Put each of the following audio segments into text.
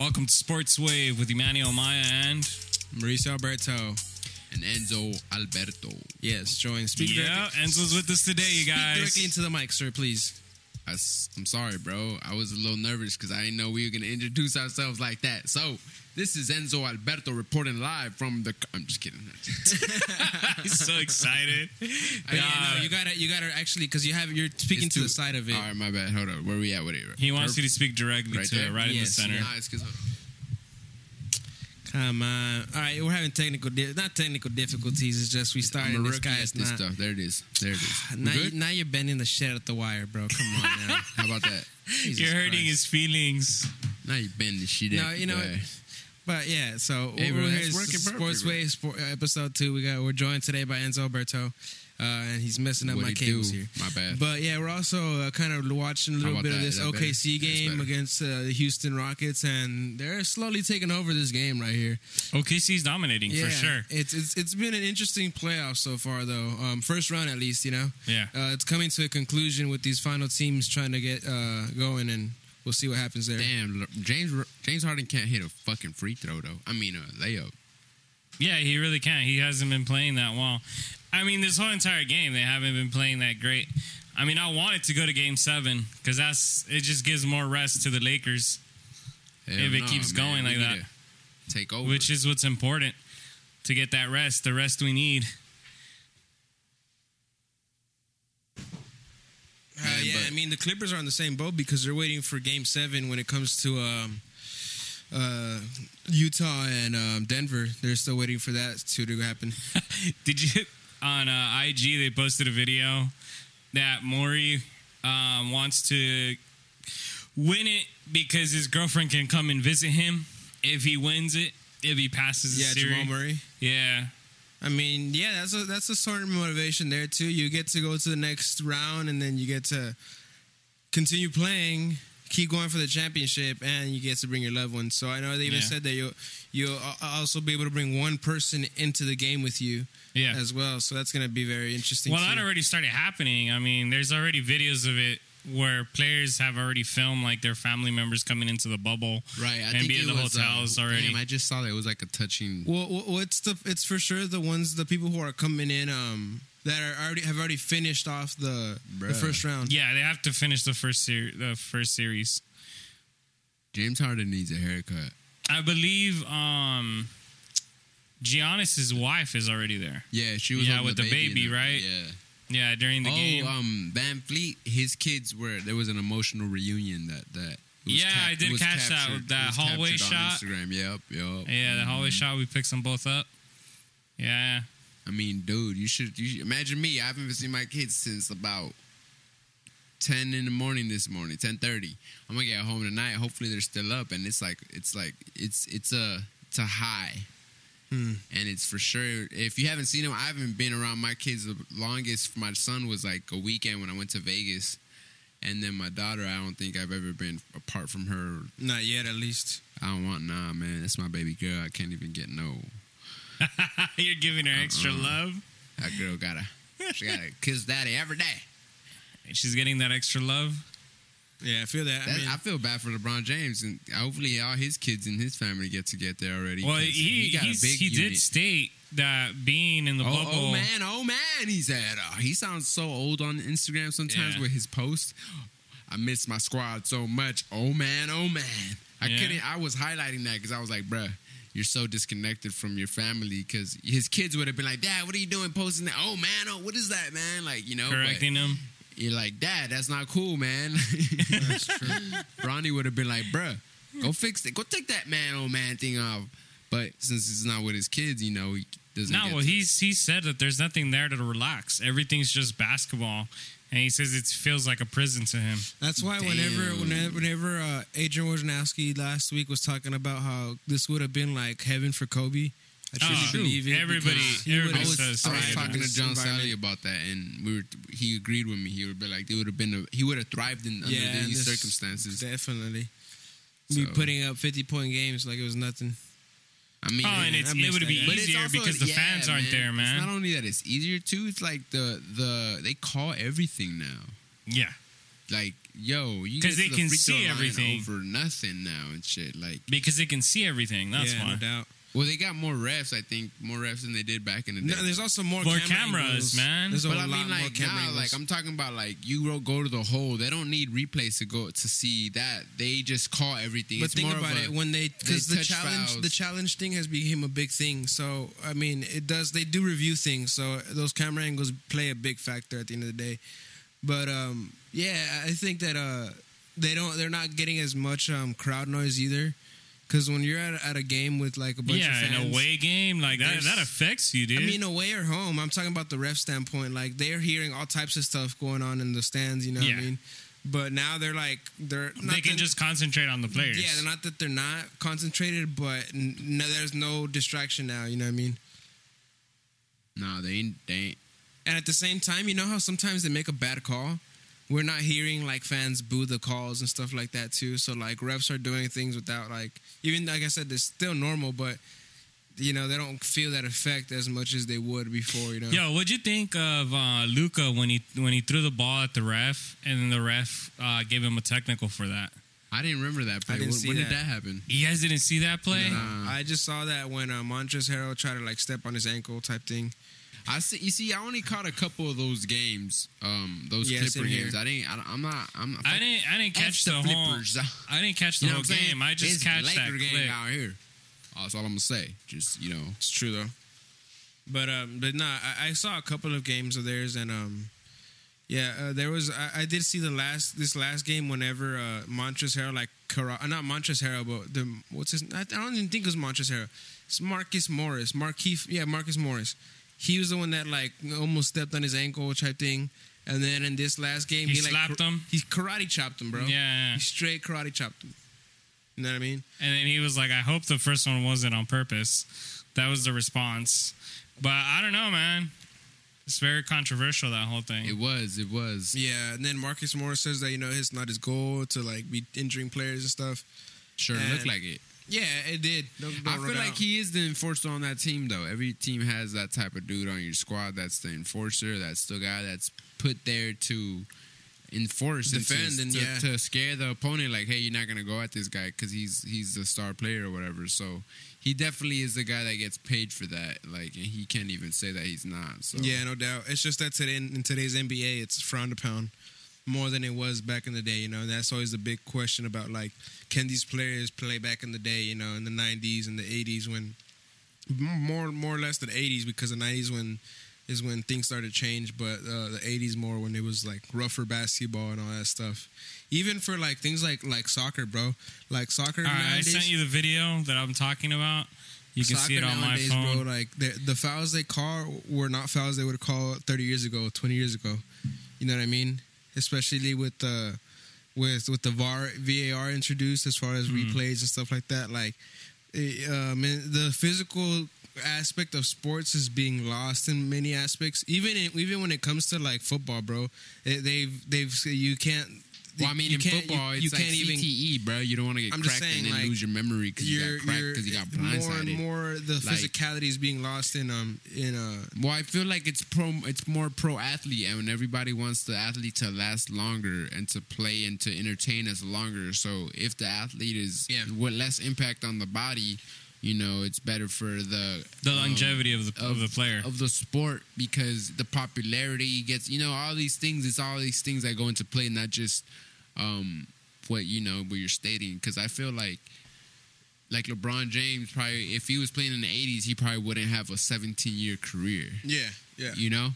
Welcome to Sports Wave with Emmanuel Maya and Mauricio Alberto. and Enzo Alberto. Yes, join. Speak yeah, directly, Enzo's with us today, you speak guys. directly into the mic, sir, please. I, am sorry, bro. I was a little nervous because I didn't know we were going to introduce ourselves like that. So, this is Enzo Alberto reporting live from the. I'm just kidding. He's so excited. But yeah, Nah, no, you gotta, you gotta actually, because you have, you're speaking It's to too- the side of it. All right, my bad. Hold up. Where we at with it? he wants you to speak directly Right to there? it, right Yes, in the center. Nah, it's 'cause- Come on. All right, we're having technical, di- not technical difficulties. It's just we started. I'm a This rookie guy at is this not. stuff. There it is. There it is. We Now, you, good? now you're bending the shit at the wire, bro. Come on now. How about that? Jesus You're hurting Christ. his feelings. Now you bend the shit No, out you the know way. But yeah, so Hey, we're bro, here. that's It's working Sports perfect, bro. Wave Sport, uh, episode two. We got we're joined today by Enzo Alberto, uh, and he's messing up What'd my he cables do? here. My bad. But yeah, we're also uh, kind of watching a How little about bit of that? this That better? OKC That's game better. against uh, the Houston Rockets, and they're slowly taking over this game right here. OKC's dominating Yeah, for sure. It's it's it's been an interesting playoff so far, though. Um, first round at least, you know. Yeah. Uh, it's coming to a conclusion with these final teams trying to get uh, going, and we'll see what happens there. Damn, look, James James Harden can't hit a fucking free throw though. I mean, a layup. Yeah, he really can. He hasn't been playing that well. I mean, this whole entire game, they haven't been playing that great. I mean, I wanted to go to Game Seven because that's it. Just gives more rest to the Lakers, Hell If it nah, keeps man. going We like need to Take over. which is what's important to get that rest, the rest we need. Uh, Man, yeah, but- I mean the Clippers are on the same boat because they're waiting for Game Seven when it comes to um, uh, Utah and um, Denver. They're still waiting for that to, to happen. Did you on uh, IG? They posted a video that Maury um, wants to win it because his girlfriend can come and visit him if he wins it. If he passes the Yeah, series, Jamal Murray. yeah. I mean, yeah, that's a that's a sort of motivation there too. You get to go to the next round, and then you get to continue playing, keep going for the championship, and you get to bring your loved ones. So I know they even Yeah. said that you'll you'll al- also be able to bring one person into the game with you Yeah. as well. So that's going to be very interesting. Well, too. that already started happening. I mean, there's already videos of it where players have already filmed like their family members coming into the bubble, Right, I and think be it in the was, uh, hotels already. Damn, I just saw that it was like a touching. Well, well, well, it's the it's for sure the ones the people who are coming in um that are already have already finished off the the Bruh. first round. yeah, they have to finish the first series. The first series, James Harden needs a haircut. I believe. um Giannis's wife is already there. Yeah, she was. Yeah, holding with the in baby, right? Yeah. Yeah, during the oh, game. um, Van Fleet, his kids were. There was an emotional reunion that that. it was Yeah, I it did was catch that- captured- that it was hallway captured shot. On Instagram. Yep, yep. yeah, the Mm. hallway shot. We picked them both up. Yeah, I mean, dude, you should. You should- imagine me. I haven't seen my kids since about ten in the morning this morning, ten thirty. I'm gonna get home tonight. Hopefully, they're still up. And it's like, it's like, it's it's a it's a high. And it's for sure. If you haven't seen them, I haven't been around my kids the longest. My son was like a weekend when I went to Vegas, and then my daughter. I don't think I've ever been apart from her. Not yet, at least. I don't want nah, man. That's my baby girl. I can't even get no. you're giving her extra Uh-uh. love. That girl gotta she gotta kiss daddy every day. She's getting that extra love. Yeah, I feel that. That, I mean, I feel bad for LeBron James, and hopefully all his kids and his family get to get there already. Well, 'cause he he, got a he's- big he unit. did state that being in the Oh, bubble. oh man, oh man, he said. Uh, he sounds so old on Instagram sometimes Yeah. with his posts. I miss my squad so much. Oh man, oh man. I Yeah. couldn't. I was highlighting that because I was like, bruh, you're so disconnected from your family. Because his kids would have been like, Dad, what are you doing posting that? Oh man, oh what is that, man? Like you know, but- correcting him. You're like, Dad, that's not cool, man. that's true. Ronnie would have been like, bruh, go fix it. Go take that man, old man thing off. But since it's not with his kids, you know, he doesn't. No, get well, to- he's he said that there's nothing there to relax. Everything's just basketball, and he says it feels like a prison to him. that's why Damn. whenever whenever whenever uh, Adrian Wojnarowski last week was talking about how this would have been like heaven for Kobe, I truly Oh, believe it. everybody- because he would've I everybody was, says thrived sorry I was in about talking to this John environment. Sally about that, and we were. He agreed with me. He would be like, they would have been. A, he would have thrived in under Yeah, these this- circumstances. Definitely. Be So- putting up fifty point games like it was nothing. I mean, Oh, and it's, I it missed would that be guy. But it's easier also- because the yeah, fans aren't there, man. It's not only that it's easier too. It's like the the they call everything now. yeah, like yo, you because they can see everything. over nothing now and shit. Like, because they can see everything. That's yeah, why. no doubt. well, they got more refs, I think, more refs than they did back in the day. No, there's also more, More camera cameras, angles. man. There's a but lot I mean, more like camera now, angles. like I'm talking about, like you ro- go to the hole. They don't need replays to go to see that. They just call everything. But it's think more about of a, it when they because they the touch challenge fouls. the challenge thing has become a big thing. So I mean, it does. They do review things, so those camera angles play a big factor at the end of the day. But um, yeah, I think that uh, they don't. They're not getting as much um, crowd noise either. Because when you're at, at a game with like a bunch of yeah, fans, in a way game like that There's- that affects you, dude. I mean, away or home. I'm talking about the ref standpoint. Like they're hearing all types of stuff going on in the stands. You know Yeah. what I mean? But now they're like they're not they can that- just concentrate on the players. yeah. They're not that they're not concentrated, but n- no, there's no distraction now. You know what I mean? no, they ain't. They ain't. And at the same time, you know how sometimes they make a bad call. We're not hearing like fans boo the calls and stuff like that too. So like refs are doing things without like even like I said, it's still normal, but you know they don't feel that effect as much as they would before. You know? Yo, what'd you think of uh, Luca when he when he threw the ball at the ref and then the ref uh, gave him a technical for that? I didn't remember that play. didn't when see when that. did that happen? You guys didn't see that play? Nah. Um, I just saw that when uh, Montrezl Harrell tried to like step on his ankle type thing. I see. You see, I only caught a couple of those games. Um, those Yeah, Clipper same here. games. I didn't. I, don't- I'm not. I'm not. I didn't. I didn't F catch the the, whole. flippers. I didn't catch the You know whole what I'm saying? game. I just It's catch that Laker game clip. out here. Oh, that's all I'm gonna say. Just you know, It's true though. But um, but nah, I, I saw a couple of games of theirs, and um, yeah, uh, there was I, I did see the last this last game whenever uh, Montrezl Harrell like Cara- uh, not Montrezl Harrell, but the what's his I, I don't even think it was Montrezl Harrell. It's Marcus Morris, Markeith, yeah, Marcus Morris. He was the one that like almost stepped on his ankle type thing, and then in this last game He like, slapped kar- him? He karate chopped him, bro. Yeah, yeah, yeah. he straight karate chopped him. You know what I mean? and then he was like, "I hope the first one wasn't on purpose." That was the response. But I don't know, man. It's very controversial that whole thing. it was. It was. Yeah, and then Marcus Morris says that you know it's not his goal to like be injuring players and stuff. Sure, it looked And- like it. Yeah, it did. I feel like he is the enforcer on that team, though. Every team has that type of dude on your squad. That's the enforcer. That's the guy that's put there to enforce Defend and and to, to- yeah. to scare the opponent. Like, hey, you're not gonna go at this guy because he's he's a star player or whatever. So he definitely is the guy that gets paid for that. Like, and he can't even say that he's not. So Yeah, no doubt. It's just that today in today's NBA, it's frowned upon more than it was back in the day. You know, that's always the big question about like, can these players play back in the day? You know, in the '90s and the '80s when more more or less the '80s because the '90s when is when things started to change, but uh, the '80s more when it was like rougher basketball and all that stuff. Even for like things like like soccer, bro. Like soccer. All right, I nowadays- sent you the video that I'm talking about. You can see it on my nowadays, phone. Bro, like the, the fouls they call were not fouls they would call 30 years ago, 20 years ago. You know what I mean? Especially with the with with the VAR VAR introduced as far as replays and stuff like that. Like, it, um, and the physical aspect of sports is being lost in many aspects. Even in, even when it comes to like football, bro, they, they've they've you can't. Well, I mean, you in can't- football, it's like CTE, bro. You don't want to get I'm just cracked saying, and then like, lose your memory because you you're- got cracked you're- because you got More blindsided. and more, the Like- physicality is being lost in um in uh Well, I feel like it's pro. It's more pro athlete, and everybody wants the athlete to last longer and to play and to entertain us longer. So if the athlete is Yeah. with less impact on the body, you know, it's better for the the um, longevity of the of, the player. of the sport because the popularity gets you know all these things. It's all these things that go into play, not just um, what you know what you're stating. Because I feel like like LeBron James probably if he was playing in the '80s, he probably wouldn't have a 17 year career. yeah yeah You know,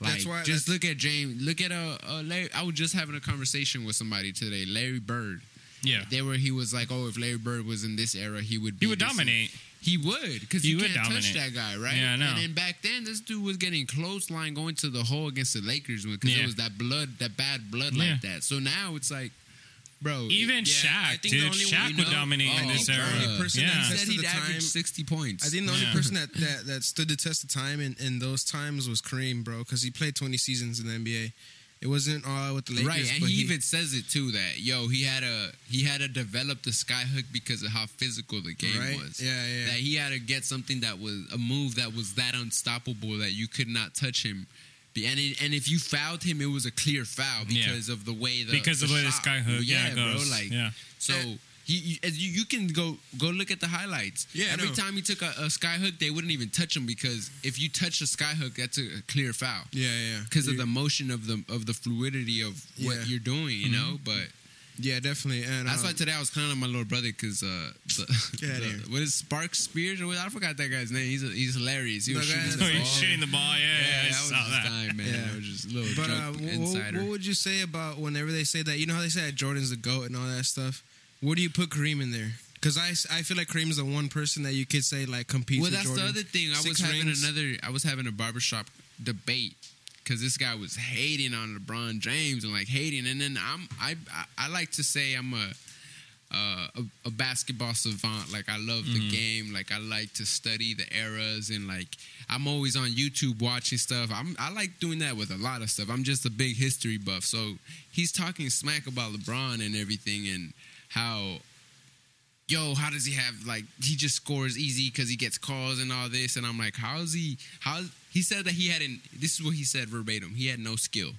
like That's why- just look at James. Look at a, uh Larry. I was just having a conversation with somebody today, Larry Bird. yeah, They were. He was like, "Oh, if Larry Bird was in this era, he would. Be he would this- dominate. He would because He you would can't touch that dominate. guy, right? Yeah, I know. And then back then, this dude was getting clothesline going to the hole against the Lakers because Yeah. it was that blood, that bad blood Yeah. like that. So now it's like, bro, Even Yeah, I Shaq, think the dude. only one Shaq you would know- dominate I in think this the era. only person yeah. that he said said he'd the average time- sixty points. I think the only Yeah. person that, that that stood the test of time in, in those times was Kareem, bro, because he played 20 seasons in the NBA. It wasn't all with the Lakers, right, and but he, even says it too that yo he had a he had to develop the skyhook because of how physical the game Right? was. Yeah, yeah. That he had to get something that was a move that was that unstoppable that you could not touch him Be- And it, and if you fouled him, it was a clear foul Yeah. because of the way the Because of the way the shot- sky hook, yeah, goes. like Yeah. so. He, you, as you, you can go go look at the highlights. Yeah, I Every know. time he took a, a sky hook, they wouldn't even touch him because if you touch a sky hook, that's a, a clear foul Yeah, yeah. because of the motion of the of the fluidity of what Yeah. you're doing. Mm-hmm. You know, but Yeah, definitely. And that's um, why today I was kind of like my little brother because uh, Get the, outta the- here. what is Spark Spears or what? I forgot that guy's name. He's a, he's hilarious. He The was guy shooting that's Oh, the he's ball. shooting the ball. Yeah, Yeah, yeah, I that was saw just that. dying, man. Yeah. That was just a little But joke uh, wh- wh- insider. what would you say about whenever they say that? You know how they say that Jordan's the goat and all that stuff. What do you put Kareem in there? Because I, s- I feel like Kareem's the one person that you could say like competes. well, with that's Jordan. the other thing. I was Six having rings. another. I was having a barbershop debate because this guy was hating on LeBron James and like hating, and then I'm I I, I like to say I'm a. Uh, a, a basketball savant. Like I love Mm-hmm. the game. Like I like to study the eras, and like I'm always on YouTube watching stuff. I'm I like doing that with a lot of stuff. I'm just a big history buff. So he's talking smack about LeBron and everything, and how yo, how does he have like he just scores easy because he gets calls and all this? And I'm like, how's he? How he said that he hadn't. This is what he said verbatim. He had no skill.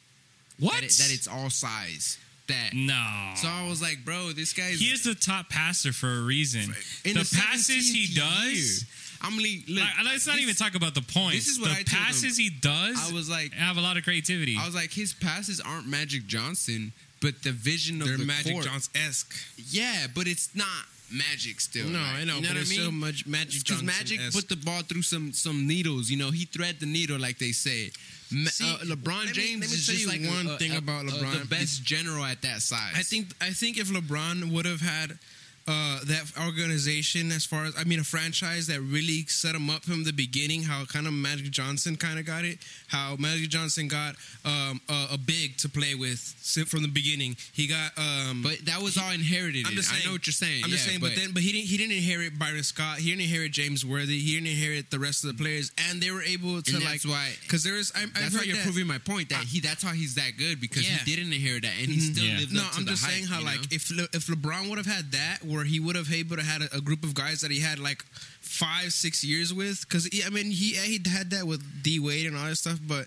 What? That, it- that it's all size. That no. so I was like, bro, this guy's he is the top passer for a reason. in the, passes 17th he year. does. I'm like, look, I- I- let's not this- even talk about the points. this is what the I told him. passes he does. I was like, have a lot of creativity. I was like, his passes aren't Magic Johnson, but the vision of They're the Magic court, Johnson esque. yeah, but it's not magic still. No, like, I know, you know but what it's I mean? still Mag- Magic because Johnson Magic put the ball through some some needles. You know, he thread the needle like they say. Ma- See, uh, let LeBron me- James let me is tell just you like one a- thing a- about a- LeBron. the best general at that size. I think I think if LeBron would have had uh, that organization, as far as I mean, a franchise that really set him up from the beginning, how kind of Magic Johnson kind of got it, how Magic Johnson got um, a, a big to play with si- from the beginning. He got, um, but that was all inherited. I'm just saying, I know what you're saying. I'm just yeah, saying, but, then, but he didn't. He didn't inherit Byron Scott. He didn't inherit James Worthy. He didn't inherit the rest of the players, and they were able to Mm. And like that's why- because there is. I, I've that's heard why you're that. proving my point that I- he. That's how he's that good because Yeah. Mm-hmm. he didn't inherit that and he still Yeah. lived No, up to I'm the just hype, saying how you like know? if Le- if LeBron would have had that, where he would have able to had a, a group of guys that he had like five six years with, because I mean he he had that with D Wade and all that stuff, but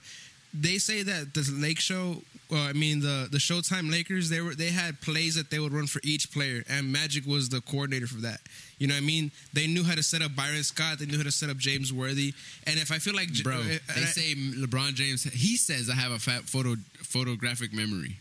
they say that the Lake Show, well, I mean the the Showtime Lakers, they were they had plays that they would run for each player, and Magic was the coordinator for that. You know what I mean? They knew how to set up Byron Scott, they knew how to set up James Worthy, and if I feel like J- bro. uh, They and I- say LeBron James. He says I have a fat photo photographic memory.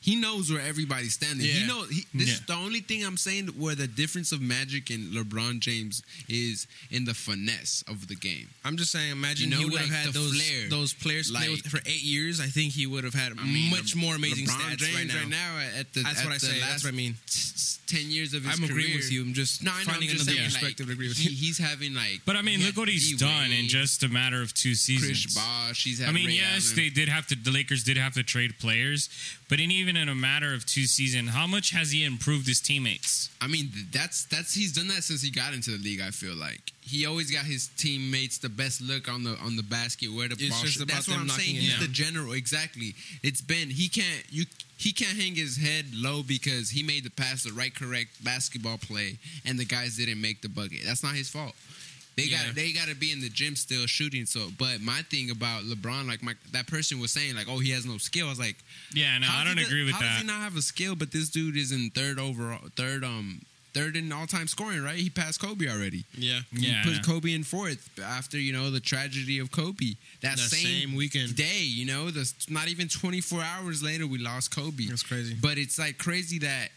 He knows where everybody's standing. Yeah. He knows. He, this is Yeah. the only thing I'm saying where the difference of Magic and LeBron James is in the finesse of the game. I'm just saying, imagine You know, he would have like had the those flair. those players play with Like- for eight years. I think he would have had I mean, much Le- more amazing LeBron stats James right now. at the That's at what I the say. That's last what I mean. t- Ten years of his I'm agreeing career. with you. I'm just No, I know, finding I'm just another saying, perspective like, to agree with he- you. he's having like. but I mean, he look had what he's D-Wade, done in just a matter of two seasons. Chris Bosh. He's had I mean, Ray yes, Allen. they did have to. The Lakers did have to trade players, but in even in a matter of two seasons, how much has he improved his teammates? I mean, th- that's that's he's done that since he got into the league. I feel like he always got his teammates the best look on the on the basket where the It's ball. just should- about that's what them I'm knocking saying. it He's down. the general, exactly. It's been he can't you he can't hang his head low because he made the pass the right correct basketball play and the guys didn't make the bucket. That's not his fault. They got Yeah. to they got to be in the gym still shooting. So, but my thing about LeBron, like my that person was saying, like, oh, he has no skill. I was like, Yeah, no, how I does don't he- agree with how does that. he not have a skill? But this dude is in third overall, third um, third in all time scoring. Right? He passed Kobe already. yeah, yeah, he I put know. Kobe in fourth after you know the tragedy of Kobe That that same, same weekend. day. You know, the, not even twenty four hours later, we lost Kobe. That's crazy. But it's like crazy that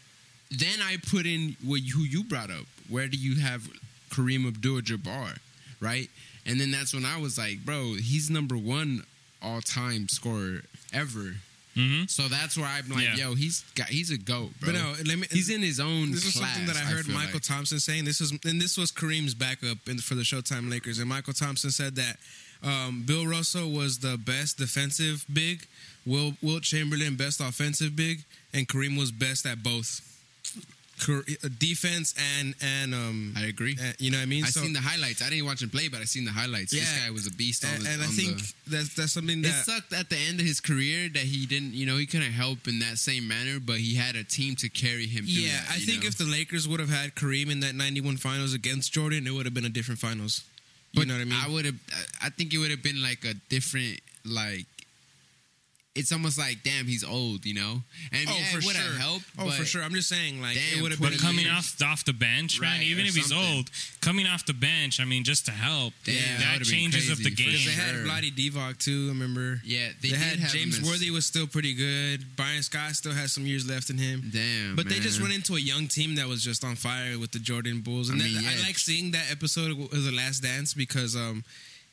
then I put in what you, who you brought up. Where do you have Kareem Abdul-Jabbar, right? And then that's when I was like, bro, he's number one all time scorer ever. Mhm. So that's where I'm like, Yeah. yo, he's got, he's a goat, bro. But no, let me. he's in his own. This is class, something that I heard feel Michael like. Thompson saying. This is and this was Kareem's backup in, for the Showtime Lakers, and Michael Thompson said that um, Bill Russell was the best defensive big, Will Wilt Chamberlain best offensive big, and Kareem was best at both. Kar- uh, Defense and and um, I agree. uh, you know what I mean. I So- seen the highlights. I didn't watch him play, but I seen the highlights. This Yeah. guy was a beast. On and, the, and I on think the- that's that's something it that sucked at the end of his career that he didn't. You know, he couldn't help in that same manner, but he had a team to carry him. Through Yeah, that, I you think know? if the Lakers would have had Kareem in that 91 finals against Jordan, it would have been a different finals. You But know what I mean? I would have. I think it would have been like a different, like it's almost like damn, he's old, you know. And Oh, yeah, for it would sure. have helped. oh, for but- sure. I'm just saying, like, Damn, it would have but been But a coming year. off off the bench, man, Right, even or if he's something. old, coming off the bench, I mean, just to help, Damn, that that, would've been changes up the crazy, for game. Because they had Sure. Vladi Divac too. I remember. Yeah, They, they, did had have him James as- Worthy was still pretty good. Byron Scott still has some years left in him. Damn, But they just man. run into a young team that was just on fire with the Jordan Bulls, and I I, mean, I yeah. like seeing that episode of The Last Dance because um,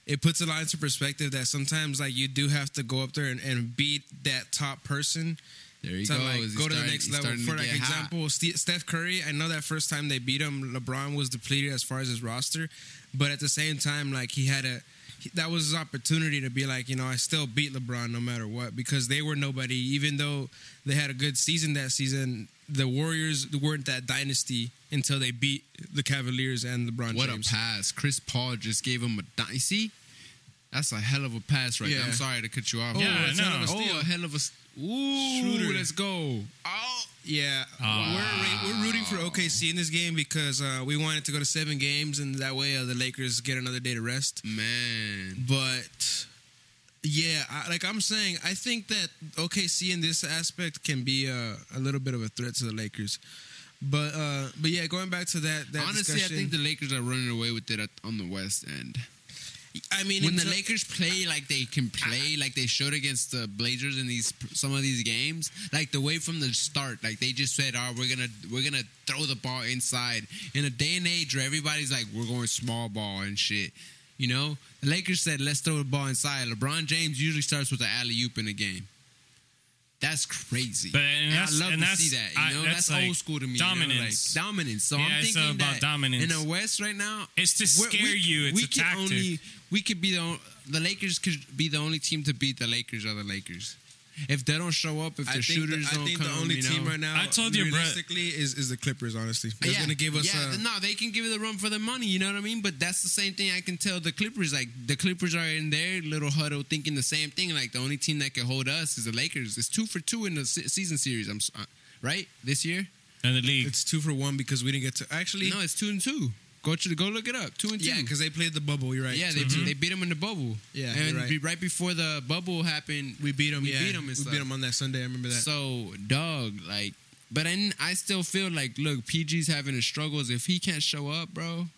it puts a lot into perspective that sometimes like you do have to go up there and, and beat that top person There you to go. like It's go to the starting- next it's level. starting to For like get hot. example, Ste Steph Curry. I know that first time they beat him, LeBron was depleted as far as his roster, but at the same time, like he had a he- that was his opportunity to be like, you know, I still beat LeBron no matter what because they were nobody. Even though they had a good season that season, the Warriors weren't that dynasty until they beat the Cavaliers and LeBron What James. a pass! Chris Paul just gave him a di- you see. That's a hell of a pass right Yeah. there. I'm sorry to cut you off. Yeah, oh, that's no. a oh, a hell of a s- ooh, Shooter. Let's go. Oh, Yeah, Ah. we're, we're rooting for OKC in this game because uh, we wanted to go to seven games, and that way uh, the Lakers get another day to rest. man. But yeah, I, like I'm saying, I think that OKC in this aspect can be a, a little bit of a threat to the Lakers. But uh, but yeah, going back to that, that Honestly, discussion, I think the Lakers are running away with it at, on the West End. I mean, When in the ter- Lakers play like they can play, like they showed against the Blazers in these some of these games, like the way from the start, like they just said, "Oh, we're gonna we're gonna throw the ball inside." In a day and age where everybody's like, "We're going small ball and shit," you know, the Lakers said, "Let's throw the ball inside." LeBron James usually starts with an alley oop in a game. That's crazy. But- and I that's- love and to that's- see that. I- You know, that's that's, like old school to me. you know, like dominance. dominance. So Yeah, I'm it's thinking about that dominance. in the West right now, It's to we're- scare you. It's a can tactic. Only, we could be the on- the Lakers could be the only team to beat the Lakers are the Lakers. If they don't show up, if I the think shooters the, don't I think come, the only you know, team right now, I told you, bro. realistically, is is the Clippers. Honestly, that's yeah, going to give us. Yeah, uh, no, they can give it a run for the money. You know what I mean? But that's the same thing I can tell the Clippers. Like the Clippers are in their little huddle thinking the same thing. Like the only team that can hold us is the Lakers. It's two for two in the se- season series. I'm s- uh, right this year. And the league, It's two for one because we didn't get to actually. No, it's two and two. Go to go look it up. Two and two. yeah, because they played the bubble. You're right. Yeah, they, they beat him in the bubble. Yeah, and you're right. be- right before the bubble happened, we beat him. We beat him. And We stuff. beat 'em on that Sunday. I remember that. So, dog, like, but I, I still feel like, look, PG's having his struggles. If he can't show up, bro,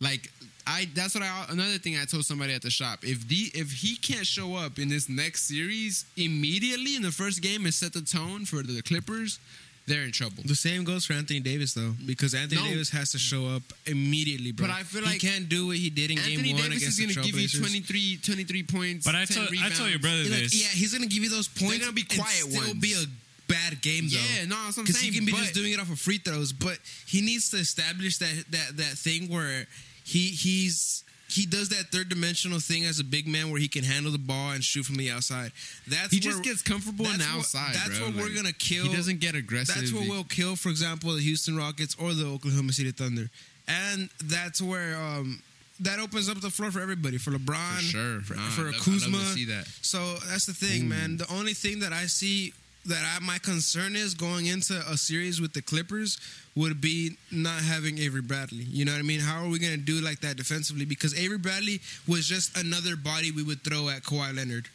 like, I that's what I another thing I told somebody at the shop. If the if he can't show up in this next series immediately in the first game and set the tone for the Clippers, they're in trouble. The same goes for Anthony Davis though, because Anthony No. Davis has to show up immediately, bro. But I feel like he can't do what he did in Anthony game one Davis is against the going to give you Trailblazers. 23, 23 points. but I 10 told I rebounds. told your brother Like, this. yeah, he's gonna give you those points. gonna be quiet And still ones. be a bad game though. Yeah, no, that's what I'm because he saying, can be but- just doing it off of free throws. But he needs to establish that that that thing where he he's. He does that third dimensional thing as a big man where he can handle the ball and shoot from the outside. That's He where- just gets comfortable on that's the what- outside. That's bro. what we're Like, gonna kill. He doesn't get aggressive. That's what He- will kill, for example, the Houston Rockets or the Oklahoma City Thunder, and that's where um, that opens up the floor for everybody, for LeBron, For sure. for, Nah, for I love- I love to Kuzma. see that. So that's the thing, man. The only thing that I see that I, my concern is going into a series with the Clippers would be not having Avery Bradley. You know what I mean? How are we going to do like that defensively? Because Avery Bradley was just another body we would throw at Kawhi Leonard.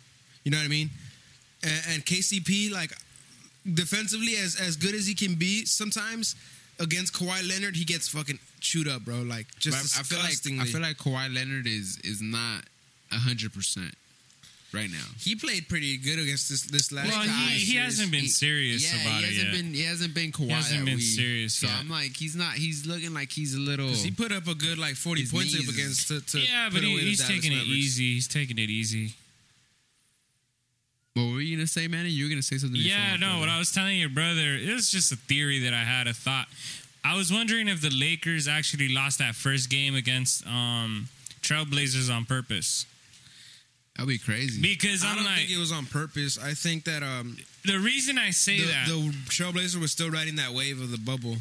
You know what I mean? And, and KCP, like defensively, as as good as he can be, sometimes against Kawhi Leonard, he gets fucking chewed up, bro. Like just But I- I feel disgustingly. like I feel like Kawhi Leonard is is not hundred percent right now. he played pretty good against this this last. Well, guy. he, he Guys, hasn't been he- serious yeah, about he it hasn't yet. been he hasn't been Kawhi. hasn't that been week. serious So yet. I'm like he's not. He's looking like he's a little. Because he put up a good like forty His points up knees is- against to, to yeah, put but he, away the he's Dallas taking it Mavericks. easy. He's taking it easy. What were you gonna say, man? You were gonna say something. Yeah, before, no, what brother. I was telling your brother, it was just a theory that I had, a thought. I was wondering if the Lakers actually lost that first game against um, Trailblazers on purpose. That'd be crazy. Because I I'm don't like, think it was on purpose. I think that um the reason I say the, that, the Trailblazer was still riding that wave of the bubble,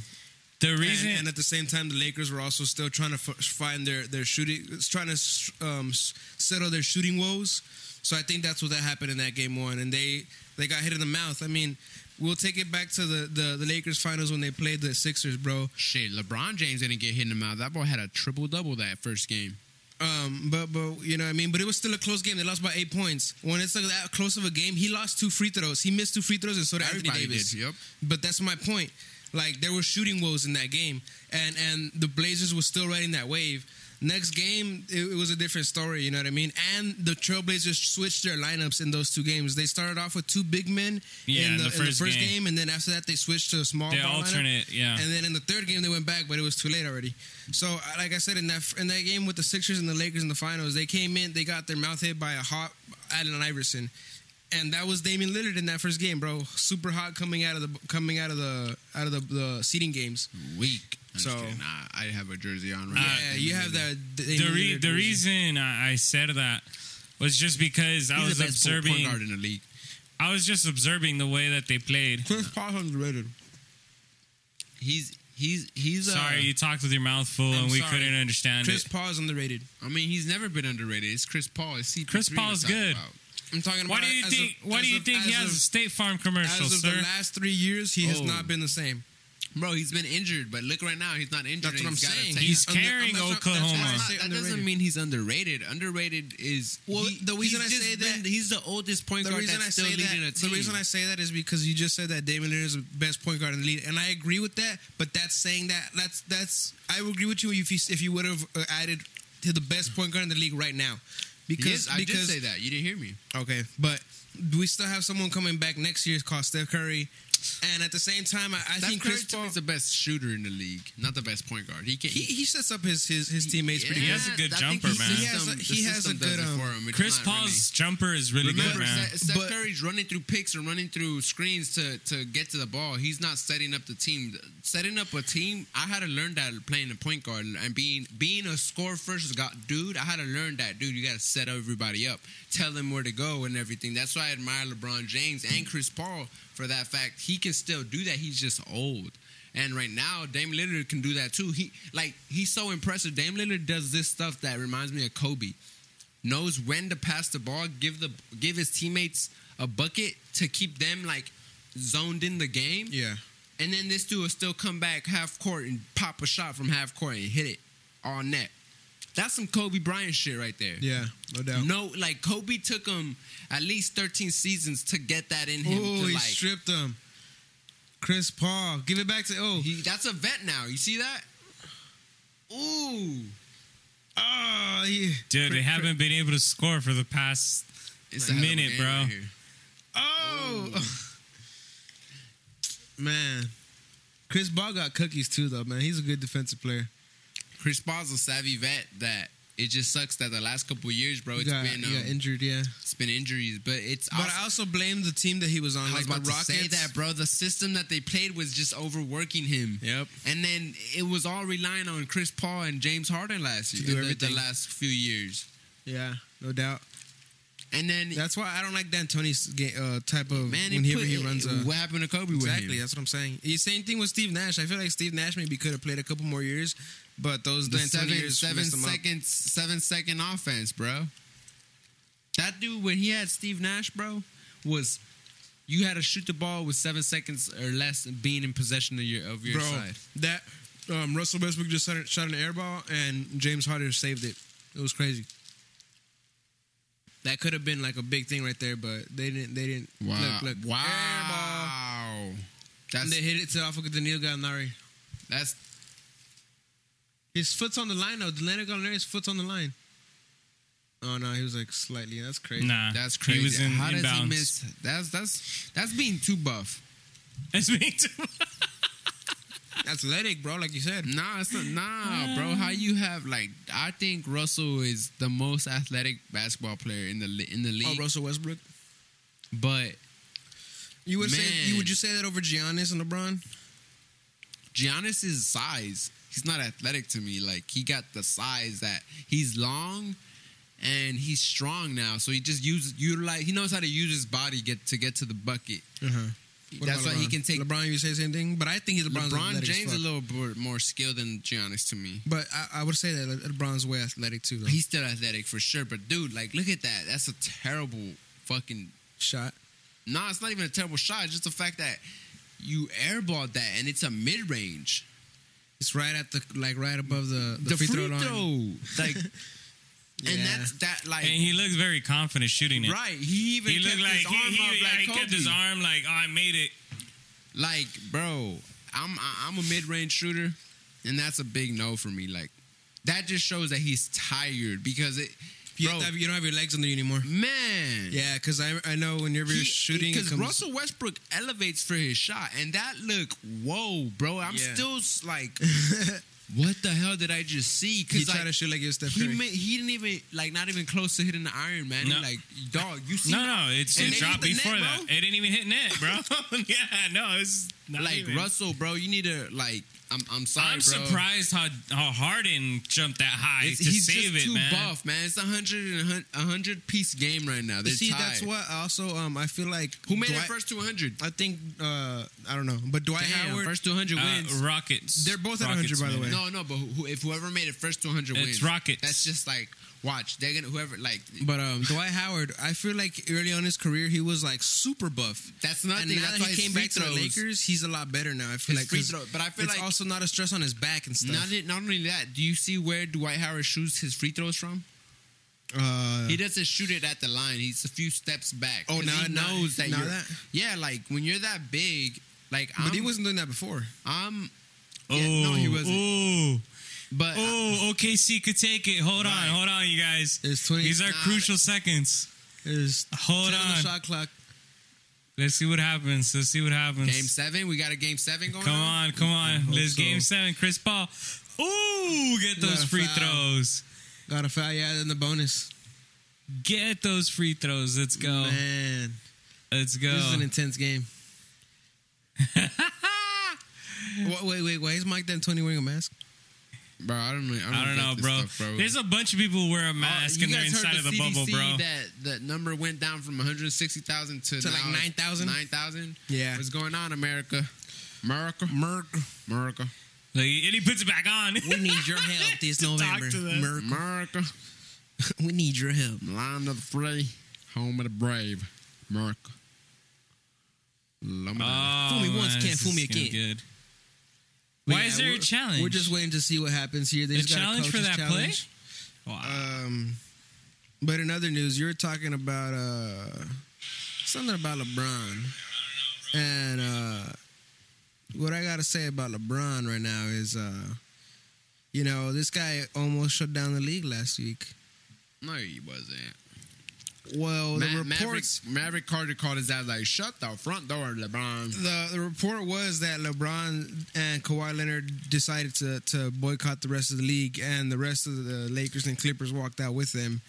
the reason, and, and at the same time the Lakers were also still trying to f- find their their shooting, trying to um s- settle their shooting woes. So I think that's what that happened in that game one, and they they got hit in the mouth. I mean, we'll take it back to the the, the Lakers finals when they played the Sixers, bro. Shit, LeBron James didn't get hit in the mouth. That boy had a triple double that first game. Um, but but you know what I mean. But it was still a close game. They lost by eight points. When it's like that close of a game, he lost two free throws. He missed two free throws, and so did Everybody Anthony Davis. did, yep. But that's my point. Like there were shooting woes in that game, and and the Blazers were still riding that wave. Next game, it, it was a different story. You know what I mean? And the Trailblazers switched their lineups in those two games. They started off with two big men Yeah, in, the, in the first game. and then after that they switched to a small. They ball lineup. alternate, yeah. And then in the third game they went back, but it was too late already. So I- like I said in that in that game with the Sixers and the Lakers in the finals, they came in, they got their mouth hit by a hot Allen Iverson, and that was Damian Lillard in that first game, bro. Super hot coming out of the coming out of the out of the, the seeding games. Weak. I'm So- so nah, I have a jersey on Ah, right now. yeah, you have that. The, re- Damian Lillard the jersey. reason I I said that was just because I He's was the best point observing. guard in the league. I was just observing the way that they played. Cliff Paul's underrated. He's he's he's. Sorry, you Uh, talked with your mouth full I'm and we sorry. couldn't understand Chris it. Paul's underrated. I mean, he's never been underrated. It's Chris Paul. It's CP3 Chris we're Paul's talking good. about. I'm talking about. Why do you as think? of- why do as you of- think he as has a of- State Farm commercial, As of sir? the last three years, he has Oh. not been the same. Bro, he's been injured, but look right now, he's not injured. That's and what I'm he's got a saying. tape. He's I'm- I'm- carrying that's what- that's Oklahoma. why I That's say not- that underrated. doesn't mean he's underrated. Underrated is Well, he- the reason I he's just say been- that- he's the oldest point the guard reason that's I still say leading a that, team. the reason I say that is because you just said that Damian Lillard is the best point guard in the league, and I agree with that. But that's saying that that's that's I would agree with you if you if you would have uh, added to the best point guard in the league right now, He because is- I did because say that. You didn't hear me. okay, but we still have someone coming back next year called Steph Curry, and at the same time, I, I Steph think Curry Chris to me, Paul is the best shooter in the league, not the best point guard. He can he, he sets up his his, his teammates pretty He good. has a good I think jumper, he's man. the He has a- system- the he has a system does good, it um, for him. It's Chris not Paul's jumper is really Really. good, Remember, man. Steph, Steph But- Curry's running through picks and running through screens to, to get to the ball. He's not setting up the team. Setting up a team, I had to learn that playing the point guard and being being a score first go- dude. I had to learn that, dude. You got to set everybody up, tell them where to go and everything. That's why I admire LeBron James and Chris Paul for that fact. He can still do that. He's just old. And right now, Dame Lillard can do that too. He like he's so impressive. Dame Lillard does this stuff that reminds me of Kobe knows when to pass the ball, give the give his teammates a bucket to keep them like zoned in the game. Yeah, And then this dude will still come back half court and pop a shot from half court and hit it on net. That's some Kobe Bryant shit right there. yeah, no doubt. No, like Kobe took him at least 13 seasons to get that in Oh, him. to, he like, stripped him. Chris Paul, give it back to oh. he, that's a vet now. You see that? Ooh, Oh, yeah. Dude, they haven't been able to score for the past. it's A hell of minute, game bro. right here. Oh, man. Chris Ball got cookies too, though. Man, he's a good defensive player. Chris Paul's a savvy vet that it just sucks that the last couple years, bro, He it's got, been he got um, injured, yeah. it's been injuries, but it's. But I also blame the team that he was on, I was like about the to Rockets. say that, bro. The system that they played was just overworking him. Yep. And then it was all relying on Chris Paul and James Harden last To year, do the- the, everything. last few years. Yeah, no doubt. And then That's why I don't like D'Antoni's ga- uh, type of man, when he, he, put, he runs. A, what happened to Kobe exactly, with him? that's what I'm saying. The same thing with Steve Nash. I feel like Steve Nash maybe could have played a couple more years, but those The D'Antoni seven, years seven messed him up. seconds, seven second offense, bro. That dude when he had Steve Nash, bro, was you had to shoot the ball with seven seconds or less being in possession of your of your Bro, side. that um, Russell Westbrook just shot, shot an air ball, and James Harden saved it. It was crazy. That could have been like a big thing right there, but they didn't. They didn't. Wow. Look, look. Air ball. Wow. And That's they hit it to off of Danilo Gallinari. that's His foot's on the line though. Danilo Gallinari's foot's on the line. Oh no, he was like slightly. That's crazy. Nah, that's crazy. He was in How does he inbounds. miss? That's that's that's being too buff. That's me too. Athletic, bro. Like you said. Nah, it's not, nah, bro. How you have like? I think Russell is the most athletic basketball player in the li- in the Oh, league. Russell Westbrook. but You would say you Man. would you say that over Giannis and LeBron? Giannis's size, he's not athletic to me. Like he got the size that he's long and he's strong now. So he just uses utilize. He knows how to use his body get to get to the bucket. Uh-huh. that's why he can take LeBron. You say the same thing, but I think he's LeBron's LeBron athletic as James fuck. a little more, more skilled than Giannis to me. But I, I would say that Le- LeBron's way athletic too. Though. He's still athletic for sure, but dude, like, look at that. That's a terrible fucking. shot. No, nah, it's not even a terrible shot. It's just the fact that you airballed that and it's a mid range. It's right at the like right above the, the, free, throw line. like, And Yeah. that's that like And he looked very confident shooting it. right. He even He kept looked like his he, arm he- up yeah, like he kept Kobe. his arm like, oh, I made it. Like, bro, I'm I- I'm a mid range shooter, and that's a big no for me. Like, that just shows that he's tired because it, You, bro, don't have, you don't have your legs under you anymore. man, Yeah, because I, I know whenever you're shooting, it because comes. Russell Westbrook elevates for his shot, and that look, whoa, bro, I'm Yeah. still s- like, what the hell did I just see? you Because try like. to shoot like you're Steph He, Curry. ma- he didn't even like not even close to hitting the iron man. No. Like dog, you see No, no, it's And it they dropped hit the before net, that. bro. It didn't even hit net, bro. yeah, no, it's not like even. Russell, bro, you need to like. I'm I'm sorry, I'm bro. surprised how how Harden jumped that high It's, to he's save just it, too man. buff, man. It's a hundred and a hun- a hundred piece game right now. They're See, tied. that's what also um I feel like Who made Dwight, it first two hundred? I think uh I don't know, but Dwight Howard. first two hundred Uh, wins. Rockets. They're both at Rockets 100, by the win. way. No, no, but who, who- if whoever made it first two hundred It's wins, Rockets. That's just like watch. They're gonna whoever like. But um, Dwight Howard, I feel like early on in his career he was like super buff, That's nothing. and now that's that why he his came free back to the throws- Lakers, he's a lot better now. I feel His like free 'cause throw- but I feel it's like- also not a stress on his back and stuff. Not, not only that, do you see where Dwight Howard shoots his free throws from? uh, He doesn't shoot it at the line. He's a few steps back. Oh, 'Cause now- he now- knows that now you're. that- Yeah, like when you're that big, like I'm. but he wasn't doing that before. I'm Oh, Yeah, no, he wasn't. Oh, but oh, OKC could take it. Hold on, Right. hold on, you guys. There's 20 These are Nah. crucial seconds. There's Hold ten the on. shot clock. Let's see what happens. Let's see what happens. game seven, we got a game seven going. Come on, come on. hope Let's so. game seven. Chris Paul. Ooh, get Not those a free foul. throws. Got a foul, yeah, then the bonus. Get those free throws. Let's go. Man, Let's go. this is an intense game. Wha- wait, wait, why is Mike D'Antoni wearing a mask? bro. I don't know. I don't, I don't get know, this bro. stuff, bro. There's a bunch of people who wear a Oh, mask you and they're guys heard inside of the bubble, CDC bro. That the number went down from 160,000 to, To, like, now it's 9,000? 9,000. Yeah. what's going on, America? America, Merc, America, Like, and he puts it back on. we need your help this To talk November. to them. Merc, America, we need your help. land of the free, home of the brave, America. Lumber Oh, Fool me man, once, can't this fool is me gonna be again. Good. Why Yeah, is there a we're- challenge? We're just waiting to see what happens here. They a just got challenge for coach's that challenge. play. Wow. Um, but in other news, you were talking about uh, something about LeBron, and uh, what I gotta say about LeBron right now is, uh, you know, this guy almost shut down the league last week. no, he wasn't. Well, the Ma- Maverick, reports. Maverick Carter called his ass like, "Shut the front door, LeBron." The, the report was that LeBron and Kawhi Leonard decided to, to boycott the rest of the league, and the rest of the Lakers and Clippers walked out with them.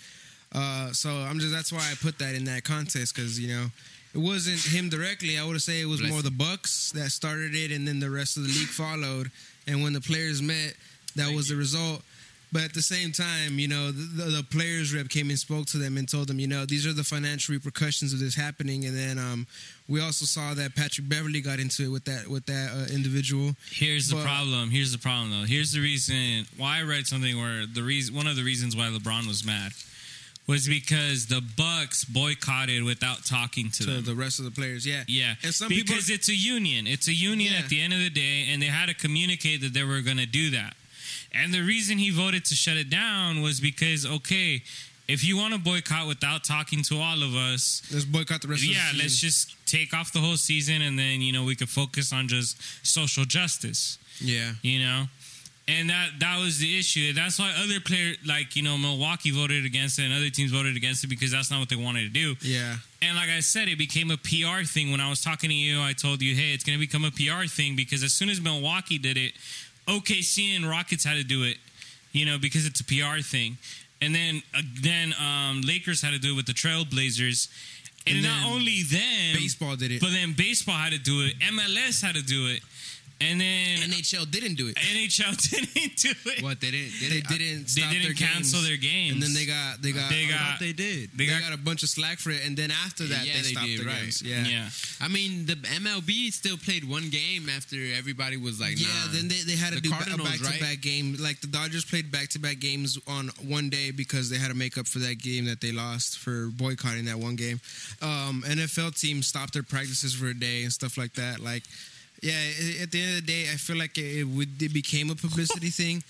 Uh, so I'm just that's why I put that in that context because you know it wasn't him directly. I would say it was Bless more you. the Bucks that started it, and then the rest of the league followed. And when the players met, that was the result. But at the same time, you know, the, the, the players rep came and spoke to them and told them, you know, these are the financial repercussions of this happening. And then um, we also saw that Patrick Beverly got into it with that with that uh, individual. Here's the But- problem. Here's the problem, though. Here's the reason why I read something where the reason one of the reasons why LeBron was mad was because the Bucks boycotted without talking to, to them. the rest of the players, yeah, yeah, And some people, because it's a union. It's a union Yeah. at the end of the day, and they had to communicate that they were going to do that. And the reason he voted to shut it down was because okay, if you want to boycott without talking to all of us, let's boycott the rest. of the yeah, season. let's just take off the whole season, and then you know we could focus on just social justice yeah. you know and that that was the issue that's why other player like you know milwaukee voted against it and other teams voted against it because that's not what they wanted to do Yeah, and like i said it became a pr thing when i was talking to you i told you hey it's going to become a pr thing because as soon as milwaukee did it okc and rockets had to do it you know because it's a pr thing and then uh, then um, lakers had to do it with the trailblazers and, And not then only them baseball did it. but then baseball had to do it mls had to do it and then NHL didn't do it. NHL didn't do it. What they didn't? They, They didn't- I- didn't. They Stop didn't their cancel games. their games, And then they got they got They they I got, got- thought they did. they got- a bunch of slack for it. And then after that, Yeah, they, they stopped did, their right. games. yeah. Yeah. I mean, the MLB still played one game after everybody was like, Yeah, nah. then they, they had to The do a Cardinals, back to back right? game. Like the Dodgers played back to back games on one day because they had to make up for that game that they lost for boycotting that one game. Um, NFL teams stopped their practices for a day and stuff like that. Like, yeah, i- at the end of the day, I feel like it, it, would, it became a publicity thing. you